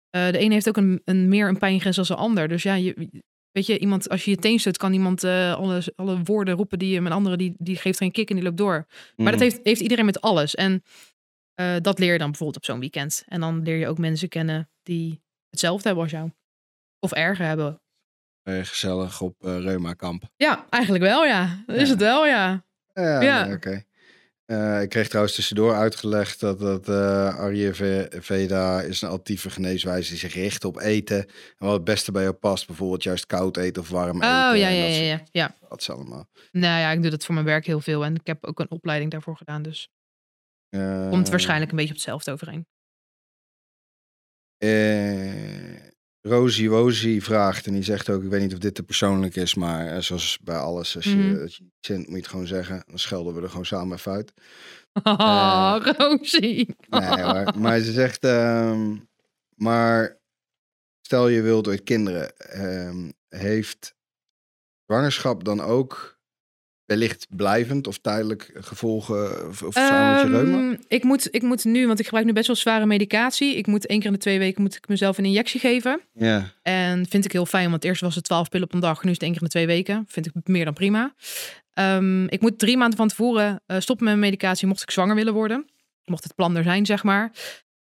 B: eh, de een heeft ook een, een meer een pijngrens dan de ander. Dus ja, je, weet je, iemand, als je je teen stoot, kan iemand eh, alle, alle woorden roepen die je met anderen, die, die geeft geen kick en die loopt door. Maar
A: Mm. Hmm.
B: dat heeft, heeft iedereen met alles. En eh, dat leer je dan bijvoorbeeld op zo'n weekend. En dan leer je ook mensen kennen die hetzelfde hebben als jou. Of erger hebben.
A: Eh, gezellig op eh Reuma Kamp.
B: Ja, eigenlijk wel, ja. Dat Is
A: Ja.
B: het wel, ja.
A: Ja,
B: Ja.
A: nee, oké. Eh, ik kreeg trouwens tussendoor uitgelegd dat, dat eh Ayurveda is een altieve geneeswijze die zich richt op eten. En wat het beste bij jou past, bijvoorbeeld juist koud eten of warm eten.
B: Oh, ja, ja,
A: en dat
B: ja,
A: soort-
B: ja, ja.
A: Dat is allemaal.
B: Nou ja, ik doe dat voor mijn werk heel veel. En ik heb ook een opleiding daarvoor gedaan. Dus
A: Eh,
B: komt waarschijnlijk een beetje op hetzelfde overeen.
A: Eh, Rosie Wozi vraagt, en die zegt ook, ik weet niet of dit te persoonlijk is, maar eh, zoals bij alles, als je,
B: Mhm.
A: als je iets vindt, moet je het gewoon zeggen. Dan schelden we er gewoon samen even uit. Eh.
B: Ah, Rosie.
A: Nee, hoor. maar ze zegt, ehm, maar stel je wilt ooit kinderen, ehm, heeft zwangerschap dan ook wellicht blijvend of tijdelijk gevolgen of, of samen met je reuma?
B: Ehm, ik, moet, ik moet nu, want ik gebruik nu best wel zware medicatie. Ik moet één keer in de twee weken moet ik mezelf een injectie geven.
A: Ja.
B: En vind ik heel fijn, want eerst was het 12 pillen op een dag. Nu is het één keer in de twee weken. Vind ik meer dan prima. Ehm, ik moet drie maanden van tevoren eh, stoppen met mijn medicatie mocht ik zwanger willen worden. Mocht het plan er zijn, zeg maar.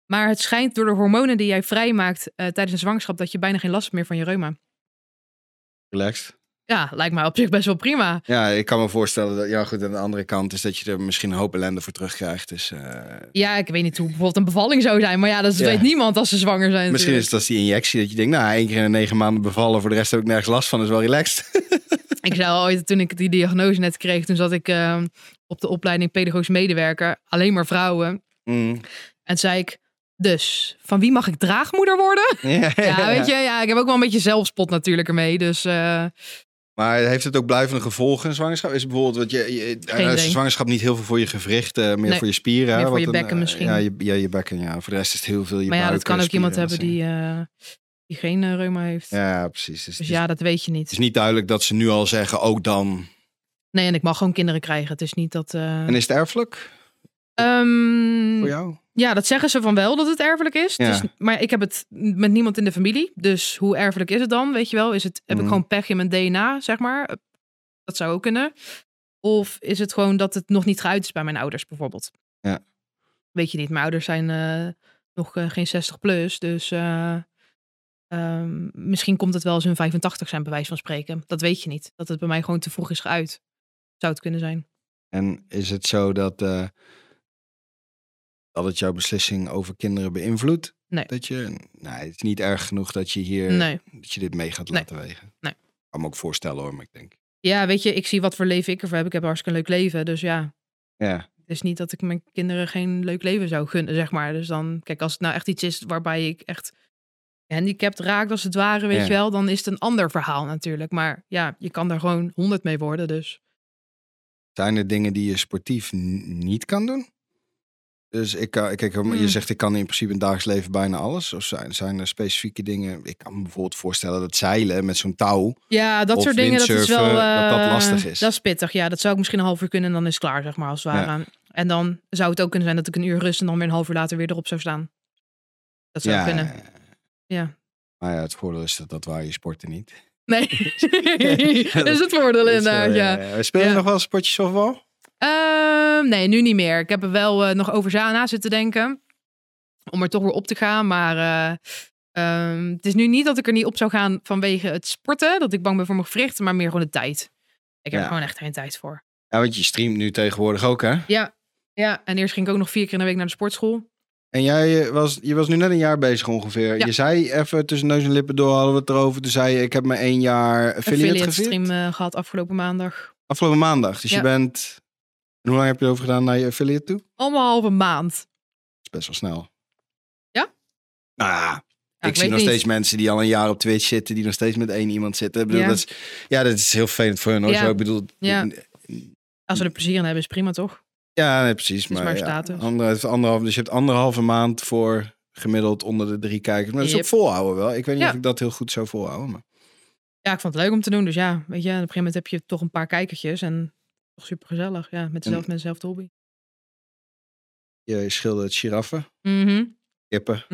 B: Maar het schijnt door de hormonen die jij vrijmaakt eh, tijdens een zwangerschap... dat je bijna geen last hebt meer van je reuma.
A: Relaxed.
B: Ja, lijkt mij op zich best wel prima.
A: Ja, ik kan me voorstellen dat, ja goed, aan de andere kant is dat je er misschien een hoop ellende voor terugkrijgt. Dus, eh,
B: Ja, ik weet niet hoe bijvoorbeeld een bevalling zou zijn. Maar ja, dat
A: Ja.
B: weet niemand als ze zwanger zijn
A: misschien is
B: natuurlijk.
A: het als die injectie dat je denkt, nou één keer in de negen maanden bevallen, voor de rest heb ik nergens last van, is wel relaxed.
B: Ik zou ooit, toen ik die diagnose net kreeg... toen zat ik eh, op de opleiding pedagogisch medewerker. Alleen maar vrouwen.
A: Mm.
B: En toen zei ik, dus, van wie mag ik draagmoeder worden?
A: Ja,
B: Ja, weet je, ja, ik heb ook wel een beetje zelfspot natuurlijk ermee. Dus eh,
A: Maar heeft het ook blijvende gevolgen, een zwangerschap? Is bijvoorbeeld, wat je, je
B: Geen
A: is de
B: idee.
A: zwangerschap niet heel veel voor je gewrichten, eh, meer
B: Nee,
A: voor je spieren. hè,
B: meer voor
A: wat
B: je
A: een,
B: bekken
A: eh,
B: misschien.
A: Ja je, ja, je bekken, ja. Voor de rest is het heel veel je
B: maar ja, dat
A: buik,
B: kan
A: eh,
B: ook iemand
A: spieren,
B: hebben die, eh, die geen eh, reuma heeft.
A: dat soort- Ja, precies. Dus,
B: Dus
A: het, is,
B: ja, dat weet je
A: het is
B: niet.
A: niet duidelijk dat ze nu al zeggen, ook dan.
B: Nee, en ik mag gewoon kinderen krijgen. Het is niet dat... eh,
A: En is het erfelijk
B: ehm,
A: voor jou?
B: ja, dat zeggen ze van wel dat het erfelijk is. Het
A: Ja.
B: is- maar ik heb het met niemand in de familie. Dus hoe erfelijk is het dan? Weet je wel, is het, heb
A: Mhm.
B: ik gewoon pech in mijn DNA, zeg maar? Eh, Dat zou ook kunnen. Of is het gewoon dat het nog niet geuit is bij mijn ouders bijvoorbeeld?
A: Ja.
B: Weet je niet, mijn ouders zijn eh, nog eh, geen 60 plus. Dus eh, ehm, misschien komt het wel als hun 85 zijn, bij wijze van spreken. Dat weet je niet. Dat het bij mij gewoon te vroeg is geuit. Zou het kunnen zijn.
A: En is het zo dat, eh, dat het jouw beslissing over kinderen beïnvloedt?
B: Nee.
A: Dat je, nee, het is niet erg genoeg dat je hier,
B: Nee.
A: dat je dit mee gaat
B: Nee.
A: laten wegen.
B: Nee.
A: Ik kan me ook voorstellen hoor, maar ik denk.
B: Ja, weet je, ik zie wat voor leven ik ervoor heb. Ik heb een hartstikke leuk leven. Dus ja,
A: Ja.
B: Het is niet dat ik mijn kinderen geen leuk leven zou gunnen, zeg maar. Dus dan, kijk, als het nou echt iets is waarbij ik echt gehandicapt raak, als het ware, weet
A: Ja.
B: je wel, dan is het een ander verhaal natuurlijk. Maar ja, je kan daar gewoon honderd mee worden, dus.
A: Zijn er dingen die je sportief n- niet kan doen? Dus ik, kan- kijk, je
B: Hmm.
A: zegt ik kan in principe in het dagelijks leven bijna alles. Of zijn, zijn er specifieke dingen? Ik kan me bijvoorbeeld voorstellen dat zeilen met zo'n touw.
B: Ja, dat
A: Of
B: soort dingen, dat is wel...
A: windsurfen, dat dat
B: eh,
A: lastig is.
B: Dat is pittig, ja. Dat zou ik misschien een half uur kunnen en dan is het klaar, zeg maar, als het
A: Ja.
B: ware. En dan zou het ook kunnen zijn dat ik een uur rust en dan weer een half uur later weer erop zou staan. Dat zou kunnen, ja.
A: Maar ja, het voordeel is dat dat waar je sporten niet.
B: Nee, dat is het voordeel
A: Dat is wel,
B: inderdaad, ja.
A: ja. Speel je
B: Ja.
A: nog wel sportjes softbal?
B: Ehm, nee, nu niet meer. Ik heb er wel eh, nog over za- na zitten denken. Om er toch weer op te gaan. Maar eh, ehm, het is nu niet dat ik er niet op zou gaan vanwege het sporten. Dat ik bang ben voor mijn gewrichten. Maar meer gewoon de tijd. Ik heb
A: Ja.
B: er gewoon echt geen tijd voor.
A: Ja, want je streamt nu tegenwoordig ook, hè?
B: Ja. ja, en eerst ging ik ook nog vier keer in de week naar de sportschool.
A: En jij eh, was, je was nu net een jaar bezig ongeveer.
B: Ja.
A: Je zei even tussen neus en lippen door, hadden we het erover. Toen zei je, ik heb maar één jaar affiliate,
B: affiliate
A: gevierd.
B: stream eh, gehad afgelopen maandag.
A: Afgelopen maandag. Dus
B: Ja.
A: je bent... En hoe lang heb je erover gedaan naar je affiliate toe?
B: Anderhalve maand.
A: Dat is best wel snel.
B: Ja?
A: Nou ja,
B: Ja,
A: ik, zie
B: weet
A: nog
B: niet.
A: steeds mensen die al een jaar op Twitch zitten, die nog steeds met één iemand zitten. Ik bedoel,
B: Ja.
A: dat is, ja, dat is heel vervelend voor hun. Hoor.
B: Ja.
A: Zo, ik bedoel,
B: Ja.
A: ja,
B: Als ze er plezier in hebben, is prima toch?
A: ja nee, precies.
B: is
A: Maar,
B: maar
A: ja,
B: status.
A: ander, het is anderhalf, dus je hebt anderhalve maand voor gemiddeld onder de drie kijkers. Maar dat is
B: Yep.
A: ook volhouden wel. Ik weet niet
B: Ja.
A: of ik dat heel goed zou volhouden. Maar.
B: Ja, ik vond het leuk om te doen. Dus ja, weet je, op een gegeven moment heb je toch een paar kijkertjes. En toch super gezellig. Ja, met dezelfde, met dezelfde hobby.
A: Je schildert giraffen,
B: Mhm.
A: kippen,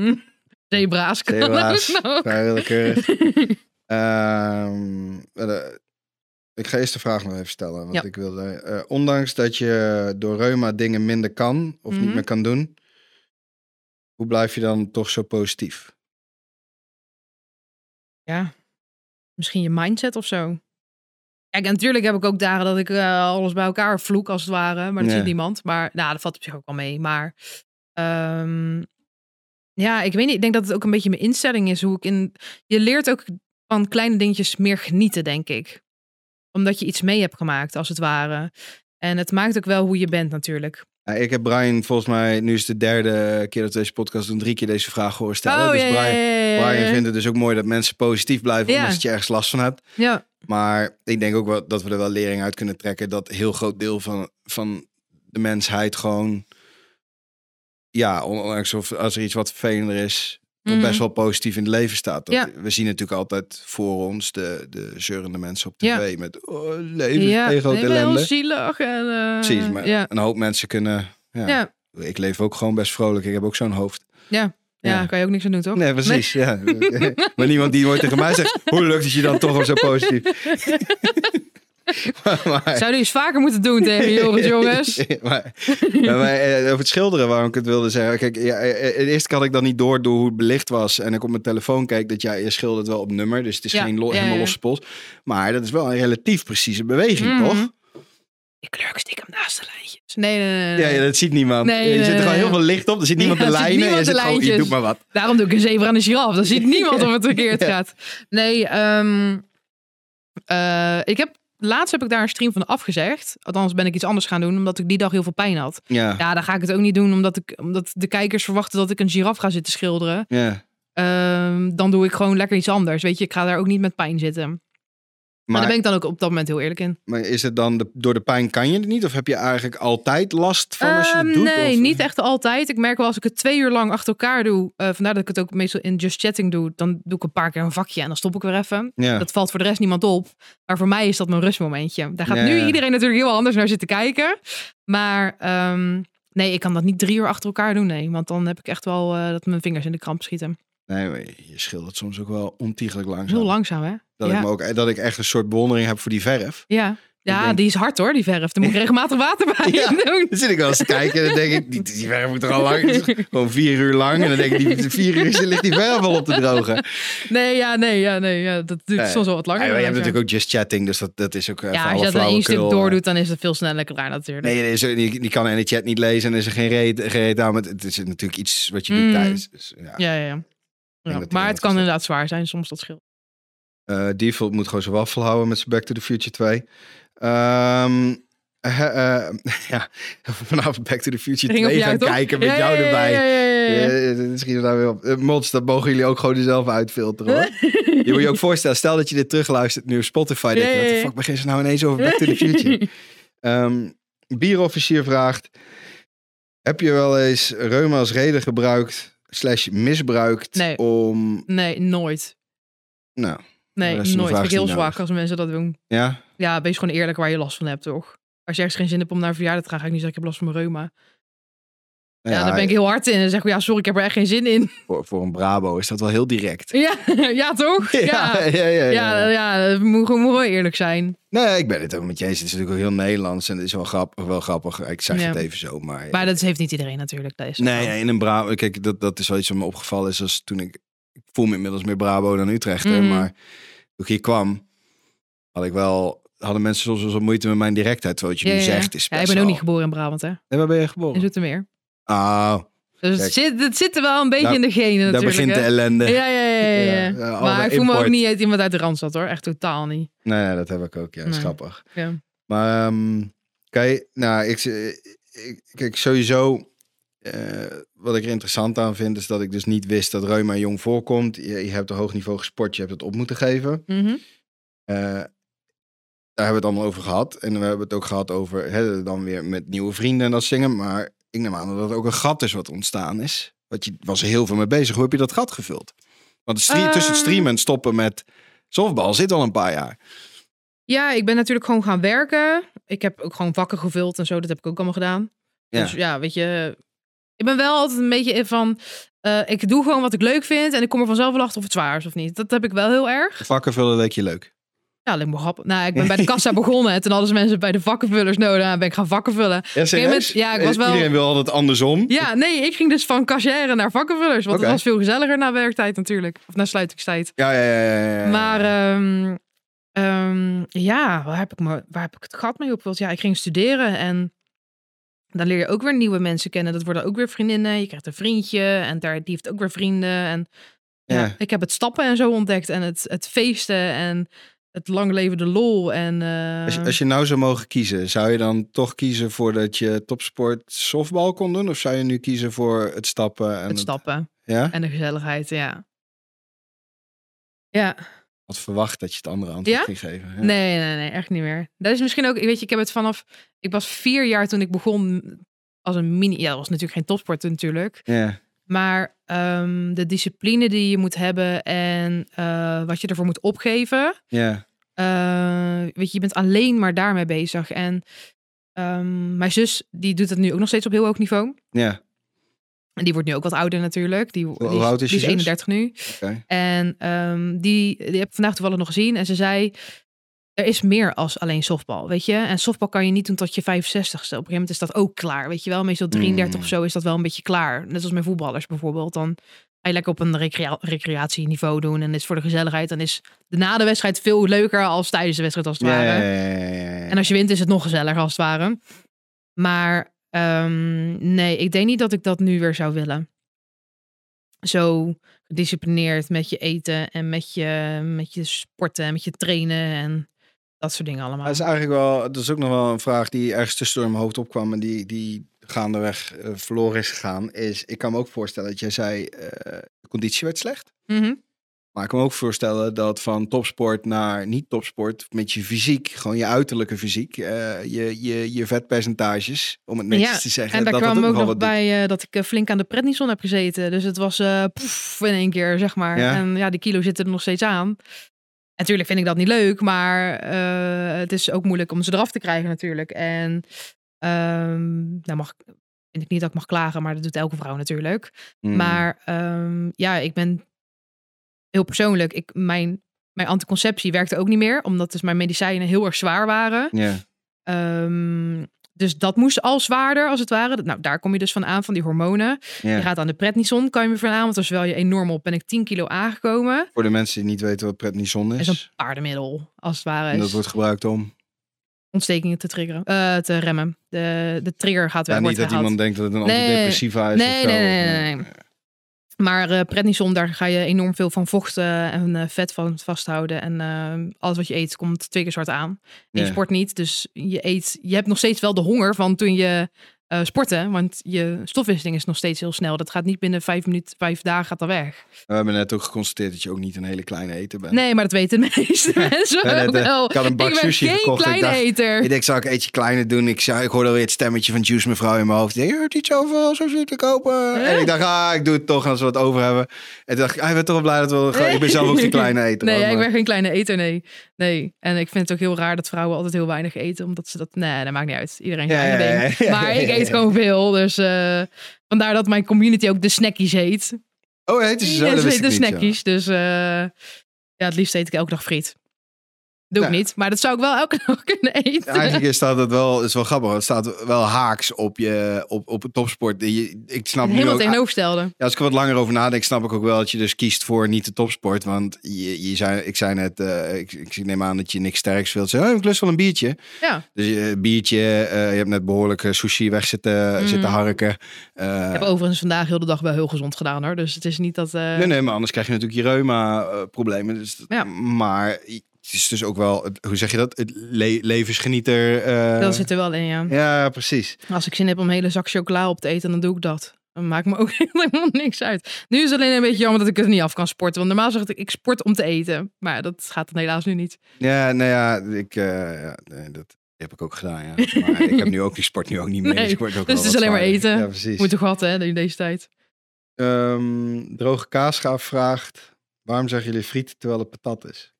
B: Zebra's. kan
A: zebra's,
B: ook nog.
A: vrij willekeurig. Ehm, maar de- ik ga eerst de vraag nog even stellen. Want
B: Ja.
A: ik wilde, eh, ondanks dat je door reuma dingen minder kan of
B: Mhm.
A: niet meer kan doen, hoe blijf je dan toch zo positief?
B: ja, misschien je mindset of zo. Kijk, en natuurlijk heb ik ook dagen dat ik eh, alles bij elkaar vloek, als het ware. Maar dat
A: Ja.
B: ziet niemand. Maar nou, dat valt op zich ook wel mee. Maar ehm, ja, ik weet niet. Ik denk dat het ook een beetje mijn instelling is. Hoe ik in. Je leert ook van kleine dingetjes meer genieten, denk ik. Omdat je iets mee hebt gemaakt, als het ware. En het maakt ook wel hoe je bent, natuurlijk.
A: Nou, ik heb Brian volgens mij, nu is het de derde keer dat we deze podcast doen, drie keer deze vraag horen stellen. dus Brian,
B: Oh, ja,
A: Brian vindt het dus ook mooi dat mensen positief blijven,
B: Ja.
A: omdat je ergens last van hebt.
B: ja,
A: Maar ik denk ook wel dat we er wel lering uit kunnen trekken. Dat een heel groot deel van, van de mensheid gewoon. Ja, ondanks of als er iets wat vervelender is. nog
B: Mhm.
A: best wel positief in het leven staat. Dat,
B: Ja.
A: We zien natuurlijk altijd voor ons de, de zeurende mensen op
B: Ja.
A: tv. Met oh, leven is
B: ja.
A: één grote
B: ik ben heel
A: ellende.
B: zielig. En, eh,
A: Precies, maar
B: ja.
A: een hoop mensen kunnen. Ja,
B: Ja.
A: Ik leef ook gewoon best vrolijk. Ik heb ook zo'n hoofd.
B: Ja,
A: Ja.
B: daar kan je ook niks aan doen, toch?
A: Nee, precies. Ja. maar niemand die ooit tegen mij zegt... hoe lukt het je dan toch om zo positief? maar, maar-
B: Zouden jullie eens vaker moeten doen tegen Joris, jongens?
A: maar, ja, maar, eh, over het schilderen, waarom ik het wilde zeggen. Kijk, ja, eh, eh, eerst kan ik dan niet doordoen hoe het belicht was. En ik op mijn telefoon keek dat jij je schildert wel op nummer. Dus het is
B: Ja,
A: geen lo-
B: ja,
A: helemaal
B: ja.
A: losse pols. Maar dat is wel een relatief precieze beweging,
B: Mhm.
A: toch?
B: Ik kleur ik stiekem naast de lijntjes. Nee, nee, nee.
A: Ja,
B: nee.
A: ja, dat ziet niemand.
B: Nee,
A: er
B: nee,
A: zit er
B: nee,
A: gewoon heel
B: nee.
A: veel licht op. Er zit niemand
B: Ja,
A: de
B: er zit
A: lijnen.
B: niemand
A: en je
B: de
A: zit gewoon, je
B: lijntjes.
A: doet maar wat.
B: Daarom doe ik een zebra en een giraf. Dan ziet niemand of het verkeerd gaat. Nee, ehm, eh, ik heb, laatst heb ik daar een stream van afgezegd. Althans ben ik iets anders gaan doen, omdat ik die dag heel veel pijn had.
A: Ja,
B: Ja, dan ga ik het ook niet doen, omdat, ik, omdat de kijkers verwachten dat ik een giraf ga zitten schilderen.
A: ja.
B: Ehm, dan doe ik gewoon lekker iets anders. Weet je, ik ga daar ook niet met pijn zitten. Maar, daar ben
A: Maar,
B: ik dan ook op dat moment heel eerlijk in.
A: maar is het dan, de, door de pijn kan je het niet? Of heb je eigenlijk altijd last van als je het
B: Ehm,
A: doet?
B: nee,
A: Of- eh,
B: niet echt altijd. Ik merk wel als ik het twee uur lang achter elkaar doe. eh, vandaar dat ik het ook meestal in Just Chatting doe. Dan doe ik een paar keer een vakje en dan stop ik weer even.
A: Ja.
B: Dat valt voor de rest niemand op. Maar voor mij is dat mijn rustmomentje. Daar gaat
A: Ja,
B: nu
A: ja.
B: iedereen natuurlijk heel anders naar zitten kijken. Maar ehm, nee, ik kan dat niet drie uur achter elkaar doen. Nee, want dan heb ik echt wel eh, dat mijn vingers in de kramp schieten.
A: Nee, maar je schildert soms ook wel ontiegelijk langzaam.
B: Heel langzaam, hè?
A: Dat,
B: ja.
A: ik me ook, dat ik echt een soort bewondering heb voor die verf.
B: ja. Ja,
A: denk-
B: die is hard hoor, die verf. Daar moet ik regelmatig water bij
A: Ja.
B: doen.
A: Dan zit ik wel eens te kijken en dan denk ik, die, die verf moet er al lang. Gewoon vier uur lang. En dan denk ik, die vier uur ligt die verf al op te drogen.
B: Nee, ja, nee, ja, nee. Ja, dat duurt
A: Nee.
B: soms wel wat
A: Ja,
B: langer.
A: maar je hebt
B: dan
A: natuurlijk ook just chatting, dus dat, dat is ook even
B: Ja,
A: alle
B: als je dat in één stuk
A: flauwekul. eh.
B: doordoet, dan is het veel sneller klaar natuurlijk.
A: Nee, nee, zo- die, die kan in de chat niet lezen en is er geen reet, geen reet aan. Maar het is natuurlijk iets wat je
B: Mm.
A: doet tijdens. Dus, ja.
B: ja, ja, ja. Ja,
A: dat die
B: Maar het
A: inderdaad
B: kan
A: is-
B: inderdaad zwaar zijn, soms dat scheelt.
A: Eh, Default moet gewoon zijn waffel houden met zijn Back to the Future 2. Ehm, eh, eh, ja, vanavond Back to the Future
B: Ging op
A: 2
B: jou,
A: gaan
B: toch?
A: kijken met
B: Ja,
A: jou
B: ja, ja,
A: erbij.
B: ja, ja, ja, ja.
A: Eh, eh, Misschien is daar weer op. Eh, Mods, dat mogen jullie ook gewoon er zelf uitfilteren Eh, hoor. Je moet je ook voorstellen, stel dat je dit terugluistert nu op Spotify. Denk
B: Ja,
A: je,
B: ja,
A: wat de
B: ja.
A: fuck beginnen ze nou ineens over Back to the Future? Ehm bierofficier vraagt, heb je wel eens reuma als reden gebruikt slash misbruikt
B: Nee.
A: om...
B: Nee, nooit.
A: Nou,
B: Nee,
A: Ja, dat is een
B: nooit.
A: vraag
B: Vind ik heel
A: die nodig
B: zwak als mensen dat doen.
A: ja, Nou
B: Ja, wees gewoon eerlijk waar je last van hebt, toch? Als je ergens geen zin hebt om naar een verjaardag te gaan, ga ik niet zeggen, ik heb last van mijn reuma. Ja, daar ben ik
A: eh.
B: heel hard in. En dan zeg ik, ja, sorry, ik heb er echt geen zin in.
A: voor, voor een Brabo is dat wel heel direct.
B: ja, ja, toch?
A: ja,
B: Ja,
A: ja, ja, ja.
B: ja, ja, we moet gewoon moet wel eerlijk zijn.
A: Nee, ik ben het ook met je eens. Het is natuurlijk ook heel Nederlands en het is wel grappig. Wel grappig. Ik zeg
B: Ja.
A: het even zo, maar...
B: Maar dat heeft niet iedereen natuurlijk. Dat is het
A: Nee,
B: wel.
A: nee, in een Brabo. Kijk, dat, dat is wel iets wat me opgevallen is. Als toen ik, ik voel me inmiddels meer Brabo dan Utrecht. hè,
B: Mhm.
A: Maar toen ik hier kwam, had ik wel, hadden mensen soms wel zo'n moeite met mijn directheid. Wat je
B: Ja,
A: nu
B: ja, ja.
A: zegt is
B: Ja,
A: best
B: ik ben ook
A: wel-
B: niet geboren in Brabant, hè?
A: En waar ben je
B: In
A: geboren?
B: Zoetermeer.
A: Ah,
B: Dus
A: Kijk.
B: het zit, het zit er wel een beetje
A: Daar-
B: in de genen
A: Daar
B: natuurlijk.
A: begint de
B: hè.
A: ellende.
B: ja, ja, ja, ja, ja.
A: Ja, alle
B: maar ik voel me ook
A: import.
B: niet uit iemand uit de Randstad hoor. Echt totaal niet.
A: Nee, nee, dat heb ik ook. Ja, dat is
B: Nee.
A: grappig.
B: Ja.
A: Maar ehm kijk, nou, ik, ik, kijk, sowieso, eh, wat ik er interessant aan vind, is dat ik dus niet wist dat reuma jong voorkomt. Je, je hebt een hoog niveau gesport, je hebt het op moeten geven.
B: Mhm.
A: Eh, daar hebben we het allemaal over gehad. En we hebben het ook gehad over, hè, dan weer met nieuwe vrienden en dat zingen. Maar ik neem aan dat er ook een gat is wat ontstaan is. Want je was er heel veel mee bezig. Hoe heb je dat gat gevuld? Want het stre-
B: Ehm.
A: tussen het streamen en stoppen met softbal zit al een paar jaar.
B: Ja, ik ben natuurlijk gewoon gaan werken. Ik heb ook gewoon vakken gevuld en zo. Dat heb ik ook allemaal gedaan.
A: Ja.
B: Dus ja, weet je. Ik ben wel altijd een beetje in van. eh, ik doe gewoon wat ik leuk vind. En ik kom er vanzelf wel achter of het zwaar is of niet. Dat heb ik wel heel erg.
A: Vakken vullen leek je leuk.
B: Ja, lijkt me grappig. Nou, ik ben bij de kassa begonnen. En toen hadden ze mensen bij de vakkenvullers nodig. En ben ik gaan vakken vullen.
A: Ja, Eh,
B: serieus? Ja, ik was wel-
A: Iedereen wil altijd andersom.
B: Ja, nee, ik ging dus van kassière naar vakkenvullers. Want
A: Oké.
B: het was veel gezelliger na werktijd natuurlijk. Of na sluitingstijd.
A: Ja, ja, ja. ja, ja, ja.
B: Maar ehm, ehm, ja, waar heb, ik me, waar heb ik het gat mee opgevuld? Ja, ik ging studeren en dan leer je ook weer nieuwe mensen kennen. Dat worden ook weer vriendinnen. Je krijgt een vriendje en daar, die heeft ook weer vrienden. En ja.
A: Ja.
B: ik heb het stappen en zo ontdekt en het, het feesten en het lang levende lol. En, eh,
A: Als je, als je nou zou mogen kiezen, zou je dan toch kiezen voor dat je topsport softbal kon doen? Of zou je nu kiezen voor het stappen? En
B: het stappen
A: ja?
B: en de gezelligheid, ja. Ja,
A: had verwacht dat je het andere antwoord
B: Ja?
A: ging geven. Ja.
B: nee, nee, nee, echt niet meer. Dat is misschien ook, ik weet je, ik heb het vanaf, ik was vier jaar toen ik begon als een mini, ja, dat was natuurlijk geen topsporter natuurlijk.
A: Ja.
B: Maar ehm, de discipline die je moet hebben en eh, wat je ervoor moet opgeven.
A: Ja.
B: eh, weet je, je bent alleen maar daarmee bezig. En ehm, mijn zus, die doet dat nu ook nog steeds op heel hoog niveau.
A: ja.
B: En die wordt nu ook wat ouder natuurlijk. Die, die,
A: hoe oud is
B: die
A: je
B: is
A: zus?
B: 31 nu.
A: Oké.
B: En ehm, die, die heb ik vandaag toevallig nog gezien. En ze zei, er is meer als alleen softbal, weet je. En softbal kan je niet doen tot je 65ste. Op een gegeven moment is dat ook klaar, weet je wel. Meestal 33
A: Mm.
B: of zo is dat wel een beetje klaar. Net als mijn voetballers bijvoorbeeld. Dan ga je lekker op een recrea- recreatieniveau doen. En is voor de gezelligheid. Dan is de na de wedstrijd veel leuker als tijdens de wedstrijd als het
A: Ja,
B: ware.
A: ja, ja, ja, ja.
B: En als je wint is het nog gezelliger als het ware. Maar ehm, nee, ik denk niet dat ik dat nu weer zou willen. Zo gedisciplineerd met je eten en met je, met je sporten en met je trainen en dat soort dingen allemaal.
A: Dat is eigenlijk wel, dat is ook nog wel een vraag die ergens tussendoor in mijn hoofd opkwam en die, die gaandeweg eh, verloren is gegaan. Is, ik kan me ook voorstellen dat jij zei, eh, de conditie werd slecht.
B: Mhm.
A: Maar ik kan me ook voorstellen dat van topsport naar niet-topsport, met je fysiek, gewoon je uiterlijke fysiek, eh, je, je, je vetpercentages, om het netjes
B: Ja,
A: te zeggen.
B: En daar
A: dat dat
B: kwam
A: ook
B: ook
A: wel
B: nog
A: wat doet.
B: bij eh, dat ik eh, flink aan de prednison heb gezeten. Dus het was eh, poef in één keer, zeg maar.
A: Ja.
B: En ja, die kilo zitten er nog steeds aan. Natuurlijk vind ik dat niet leuk, maar eh, het is ook moeilijk om ze eraf te krijgen natuurlijk. En ehm nou mag, ik- vind ik niet dat ik mag klagen, maar dat doet elke vrouw natuurlijk.
A: Hmm.
B: Maar ehm, ja, ik ben heel persoonlijk. Ik, mijn, mijn anticonceptie werkte ook niet meer, omdat dus mijn medicijnen heel erg zwaar waren.
A: Ja,
B: Ehm, dus dat moest al zwaarder, als het ware. Nou, daar kom je dus van aan, van die hormonen.
A: ja.
B: Je gaat aan de prednison, kan je me van aan. Want terwijl je enorm op ben ik 10 kilo aangekomen.
A: Voor de mensen die niet weten wat prednison
B: Dat
A: is.
B: is een paardenmiddel, als het
A: En
B: ware.
A: dat
B: Is
A: wordt gebruikt om.
B: Ontstekingen te triggeren, eh, te remmen. De, de trigger gaat weg,
A: Ja, niet
B: wordt
A: dat
B: gehaald.
A: iemand denkt dat het een
B: Nee,
A: antidepressiva is.
B: nee,
A: of zo.
B: nee, nee, nee, nee. Maar eh prednison, daar ga je enorm veel van vochten en eh, vet van vasthouden. En eh, alles wat je eet komt twee keer zwart aan. En
A: Ja.
B: je sport niet, dus je eet... Je hebt nog steeds wel de honger van toen je eh sportte. Want je stofwisseling is nog steeds heel snel. Dat gaat niet binnen vijf minuten, vijf dagen gaat dat weg.
A: We hebben net ook geconstateerd dat je ook niet een hele kleine eter bent.
B: Nee, maar dat weten de meeste mensen
A: Ja, net,
B: ook
A: eh,
B: wel.
A: ik had een bak
B: ben
A: sushi
B: geen
A: gekocht en ik
B: kleine
A: dacht-
B: eter.
A: Ik denk, zou ik eentje kleiner doen? Ik, zou, ik hoorde alweer het stemmetje van Juice mevrouw in mijn hoofd. Je hoort iets over zo te kopen. En ik dacht, ah, ik doe het toch als we het over hebben. En toen dacht ik, ah, ik ben toch wel blij dat we... Ik ben zelf ook de kleine eter.
B: Nee,
A: hoor,
B: ik
A: maar-
B: ben geen kleine eter, nee. nee. En ik vind het ook heel raar dat vrouwen altijd heel weinig eten. Omdat ze dat... Nee, dat maakt niet uit. Iedereen zijn
A: Ja,
B: eigen
A: ja,
B: ding.
A: ja, ja,
B: maar
A: ja,
B: ik
A: ja,
B: eet
A: ja.
B: gewoon veel. Dus eh, vandaar dat mijn community ook de snackies heet.
A: Oh, heet ze zo?
B: Ja,
A: Dat
B: ze
A: wist ik
B: heet de
A: niet, ja.
B: snackies. Dus eh, ja, het liefst eet ik elke dag friet. Doe ik
A: Nou Ja.
B: niet, maar dat zou ik wel elke dag kunnen eten.
A: Eigenlijk is dat het wel, is wel grappig. want Het staat wel haaks op, je, op, op het topsport. Je- ik snap nu
B: Helemaal
A: ook,
B: tegenovergestelde.
A: Ja, als ik er wat langer over nadenk, snap ik ook wel dat je dus kiest voor niet de topsport. Want je, je zei, ik zei net, eh, ik, ik neem aan dat je niks sterks wilt. Zeg, oh, ik lust wel een biertje.
B: Ja.
A: Dus je een biertje, eh, je hebt net behoorlijk eh, sushi weg zitten,
B: Mm.
A: zitten harken. Eh,
B: Ik heb overigens vandaag heel de dag wel heel gezond gedaan hoor. Dus het is niet dat. eh,
A: nee, nee, maar anders krijg je natuurlijk je reuma-problemen. dus, dat-
B: Ja.
A: Maar het is dus ook wel, het- hoe zeg je dat? Het le- levensgenieter. eh,
B: Dat zit er wel in, ja.
A: Ja, precies.
B: Als ik zin heb om een hele zak chocola op te eten, dan doe ik dat. Dan maakt me ook helemaal niks uit. Nu is het alleen een beetje jammer dat ik het niet af kan sporten. Want normaal zeg ik, ik sport om te eten. Maar dat gaat dan helaas nu niet.
A: Ja, nou ja, ik, eh, ja, nee, dat heb ik ook gedaan. Ja. Maar ik heb nu ook, ik sport nu ook niet meer.
B: Nee,
A: dus ik word ook
B: dus
A: wel
B: het is
A: wat
B: alleen maar
A: zwaarder.
B: eten.
A: Ja, precies.
B: Moet toch wat, hè, in deze tijd.
A: Ehm, droge kaasgaaf vraagt... Waarom zeggen jullie friet terwijl het patat is?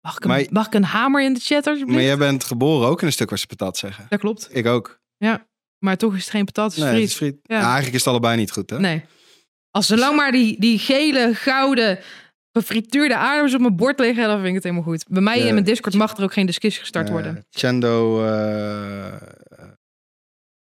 B: Mag ik een,
A: Maar-
B: mag ik een hamer in de chat, alsjeblieft?
A: Maar jij bent geboren ook in een stuk waar ze patat zeggen.
B: Dat klopt.
A: Ik ook.
B: Maar toch is het geen patat, het
A: nee,
B: is friet.
A: het is friet.
B: Ja.
A: Ja, eigenlijk is het allebei niet goed, hè?
B: Nee. Als zolang maar die, die gele, gouden, gefrituurde aardappels op mijn bord liggen, dan vind ik het helemaal goed. Bij mij
A: Ja.
B: in mijn Discord mag er ook geen discussie gestart worden.
A: Eh, Chendo... eh, eh,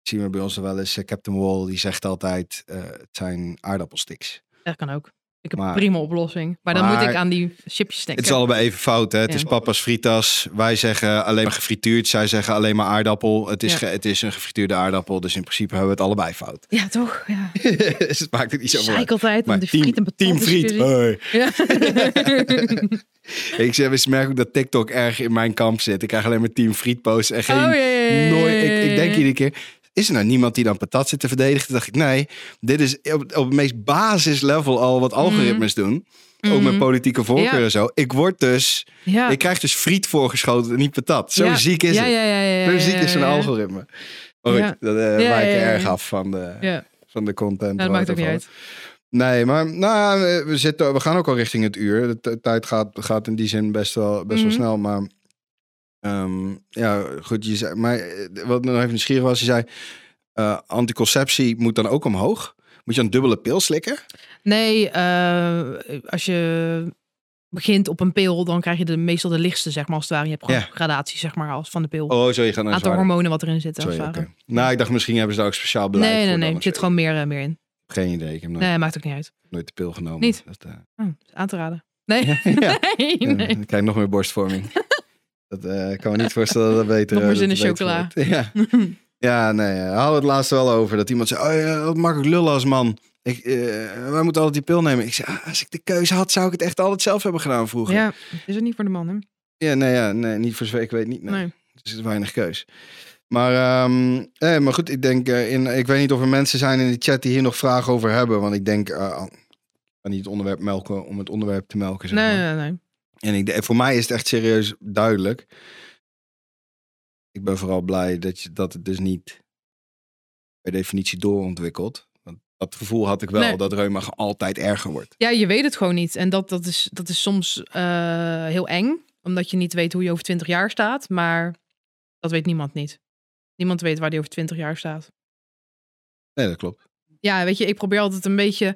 A: zien we bij ons nog wel eens. eh, Captain Wall, die zegt altijd... eh, het zijn aardappelsticks.
B: Dat kan ook. Ik heb
A: Maar-
B: een prima oplossing. Maar dan
A: Maar-
B: moet ik aan die chipjes denken.
A: Het is allebei even fout, hè? Het
B: Ja.
A: is papa's fritas. Wij zeggen alleen maar gefrituurd. Zij zeggen alleen maar aardappel. Het is,
B: Ja.
A: ge- het is een gefrituurde aardappel. Dus in principe hebben we het allebei fout.
B: Ja, toch? Ja.
A: dus het maakt het niet zo
B: Zeik
A: uit.
B: altijd om
A: Maar
B: de
A: team-
B: friet en patat
A: Team friet.
B: discussie.
A: Hey.
B: Ja.
A: Ik zeg, ik merk ook dat TikTok erg in mijn kamp zit. Ik krijg alleen maar team friet posts en geen...
B: oh, ja, ja, ja, ja,
A: nooit, ik, ik denk
B: ja.
A: iedere keer, is er nou niemand die dan patat zit te verdedigen? Toen dacht ik, nee, dit is op, op het meest basislevel al wat algoritmes doen. Ook met
B: Mhm.
A: politieke voorkeur
B: Ja.
A: en zo. Ik word dus,
B: Ja.
A: ik krijg dus friet voorgeschoten en niet patat. Zo
B: Ja.
A: ziek is
B: ja,
A: het.
B: ja, ja, ja,
A: Zo
B: ja,
A: ziek
B: ja,
A: is zo'n
B: ja, ja.
A: algoritme. Maar goed,
B: Ja.
A: dat eh
B: Ja,
A: maak ik
B: ja, ja,
A: erg
B: ja.
A: af van de,
B: Ja,
A: van de content.
B: nou, dat
A: waar
B: maakt ook
A: het over
B: niet uit.
A: Nee, maar nou, we- we, zitten, we gaan ook al richting het uur. De t- tijd gaat, gaat in die zin best wel, best
B: Mhm.
A: wel snel. Maar ehm, ja, goed. Je zei, maar eh, wat me nog even nieuwsgierig was, je zei... eh, anticonceptie moet dan ook omhoog? Moet je een dubbele pil slikken?
B: Nee, eh, als je begint op een pil, dan krijg je de, meestal de lichtste, zeg maar, als het ware. Je hebt gewoon
A: Ja.
B: gradaties, zeg maar, als van de pil.
A: Oh, zo, je gaat naar
B: aantal
A: zwaarder.
B: hormonen wat erin zitten. als
A: Sorry,
B: het ware.
A: oké. Nou, ik dacht misschien hebben ze daar ook speciaal beleid
B: Nee, nee,
A: voor
B: nee.
A: dan
B: Er
A: of
B: zit
A: zo.
B: gewoon meer, eh, meer in.
A: Geen idee, ik heb nooit,
B: Nee, maakt ook niet uit.
A: nooit de pil genomen.
B: Niet?
A: Dat, eh,
B: Hm, is aan te raden. Nee,
A: ja.
B: nee,
A: Ja,
B: nee.
A: Dan krijg je nog meer borstvorming. dat eh, ik kan me niet voorstellen dat dat beter eh,
B: Nog meer zin
A: dat
B: in
A: het beter
B: chocola.
A: wordt. Ja. ja, nee. We hadden het laatst wel over. Dat iemand zei, oh, ja, wat makkelijk lullen als man. Ik, eh, wij moeten altijd die pil nemen. Ik zei, "Ah, als ik de keuze had, zou ik het echt altijd zelf hebben gedaan vroeger.
B: Ja, is het niet voor de man, hè?
A: Ja, nee, ja, nee, niet voor zover ik weet niet. Nee.
B: Nee.
A: Dus er is weinig keus. Maar, ehm, nee, maar goed, ik denk, eh, in, ik weet niet of er mensen zijn in de chat die hier nog vragen over hebben. Want ik denk, eh, ik kan niet het onderwerp melken om het onderwerp te melken. Zeg maar.
B: Nee, nee, nee.
A: En ik, de- voor mij is het echt serieus duidelijk. Ik ben vooral blij dat, je, dat het dus niet per definitie doorontwikkelt. Want dat gevoel had ik wel,
B: Nee.
A: dat reuma ge- altijd erger wordt.
B: Ja, je weet het gewoon niet. En dat, dat, is, dat is soms eh, heel eng, omdat je niet weet hoe je over 20 jaar staat. Maar dat weet niemand niet. Niemand weet waar die over 20 jaar staat.
A: Nee, dat klopt.
B: ja, weet je, ik probeer altijd een beetje.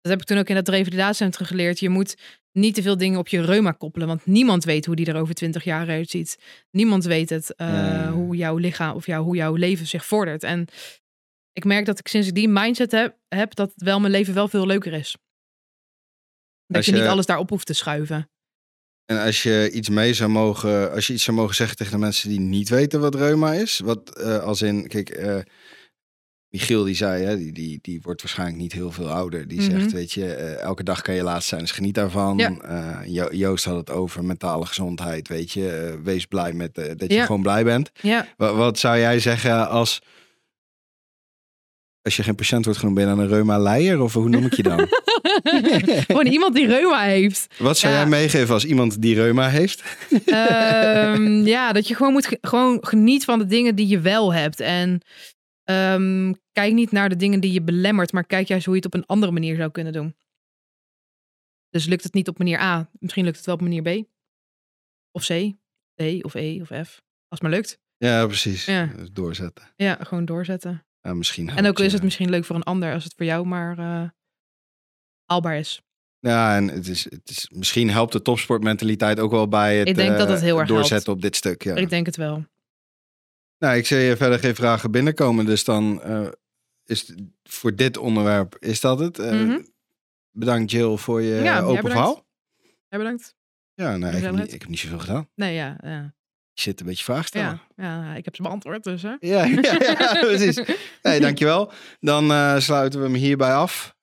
B: Dat heb ik toen ook in dat revalidatiecentrum geleerd. Je moet niet te veel dingen op je reuma koppelen. Want niemand weet hoe die er over twintig jaar uitziet. Niemand weet het, eh,
A: Ja.
B: hoe jouw lichaam of jou, hoe jouw leven zich vordert. En ik merk dat ik sinds ik die mindset heb, heb dat wel mijn leven wel veel leuker is. Dat
A: Als
B: je, niet
A: je-
B: alles daarop hoeft te schuiven.
A: En als je iets mee zou mogen, als je iets zou mogen zeggen tegen de mensen die niet weten wat reuma is, wat eh, als in, kijk, eh, Michiel die zei, hè, die, die, die wordt waarschijnlijk niet heel veel ouder. Die
B: Mhm.
A: zegt, weet je, eh, elke dag kan je laatst zijn, dus geniet daarvan.
B: Ja.
A: Eh, Jo- Joost had het over mentale gezondheid, weet je, eh, wees blij met eh, dat je
B: Ja.
A: gewoon blij bent.
B: Ja,
A: Wa- wat zou jij zeggen als als je geen patiënt wordt genoemd, ben je dan een reuma leier of hoe noem ik je dan?
B: gewoon iemand die reuma heeft.
A: wat zou
B: Ja.
A: jij meegeven als iemand die reuma heeft?
B: Ehm, ja, dat je gewoon moet ge- gewoon geniet van de dingen die je wel hebt. En ehm, kijk niet naar de dingen die je belemmert, maar kijk juist hoe je het op een andere manier zou kunnen doen. Dus lukt het niet op manier A, misschien lukt het wel op manier B. Of C, D of E of F. Als het maar lukt.
A: Ja, precies.
B: Ja.
A: Dus doorzetten.
B: Ja, gewoon doorzetten.
A: Ja, misschien
B: En
A: helpt
B: ook
A: je-
B: is het misschien leuk voor een ander als het voor jou maar eh, haalbaar is.
A: Ja, en het is, het is, misschien helpt de topsportmentaliteit ook wel bij het,
B: Ik denk dat
A: eh,
B: het heel erg
A: doorzetten
B: helpt.
A: op dit stuk. Ja.
B: Ik denk het wel.
A: Nou, ik zie je verder geen vragen binnenkomen, dus dan eh, is het- voor dit onderwerp is dat het. Eh,
B: Mhm.
A: Bedankt Jill voor je eh,
B: Ja, jij
A: open
B: bedankt.
A: verhaal.
B: Ja, bedankt.
A: Ja, nou, ik, heb
B: Gezelligheid.
A: niet, ik heb niet zoveel gedaan.
B: Nee, ja. Ja,
A: Ik zit een beetje vragen stellen.
B: ja, ja ik heb ze beantwoord dus, hè.
A: Ja, ja, ja, precies. Nee, dankjewel. Dan eh, sluiten we hem hierbij af.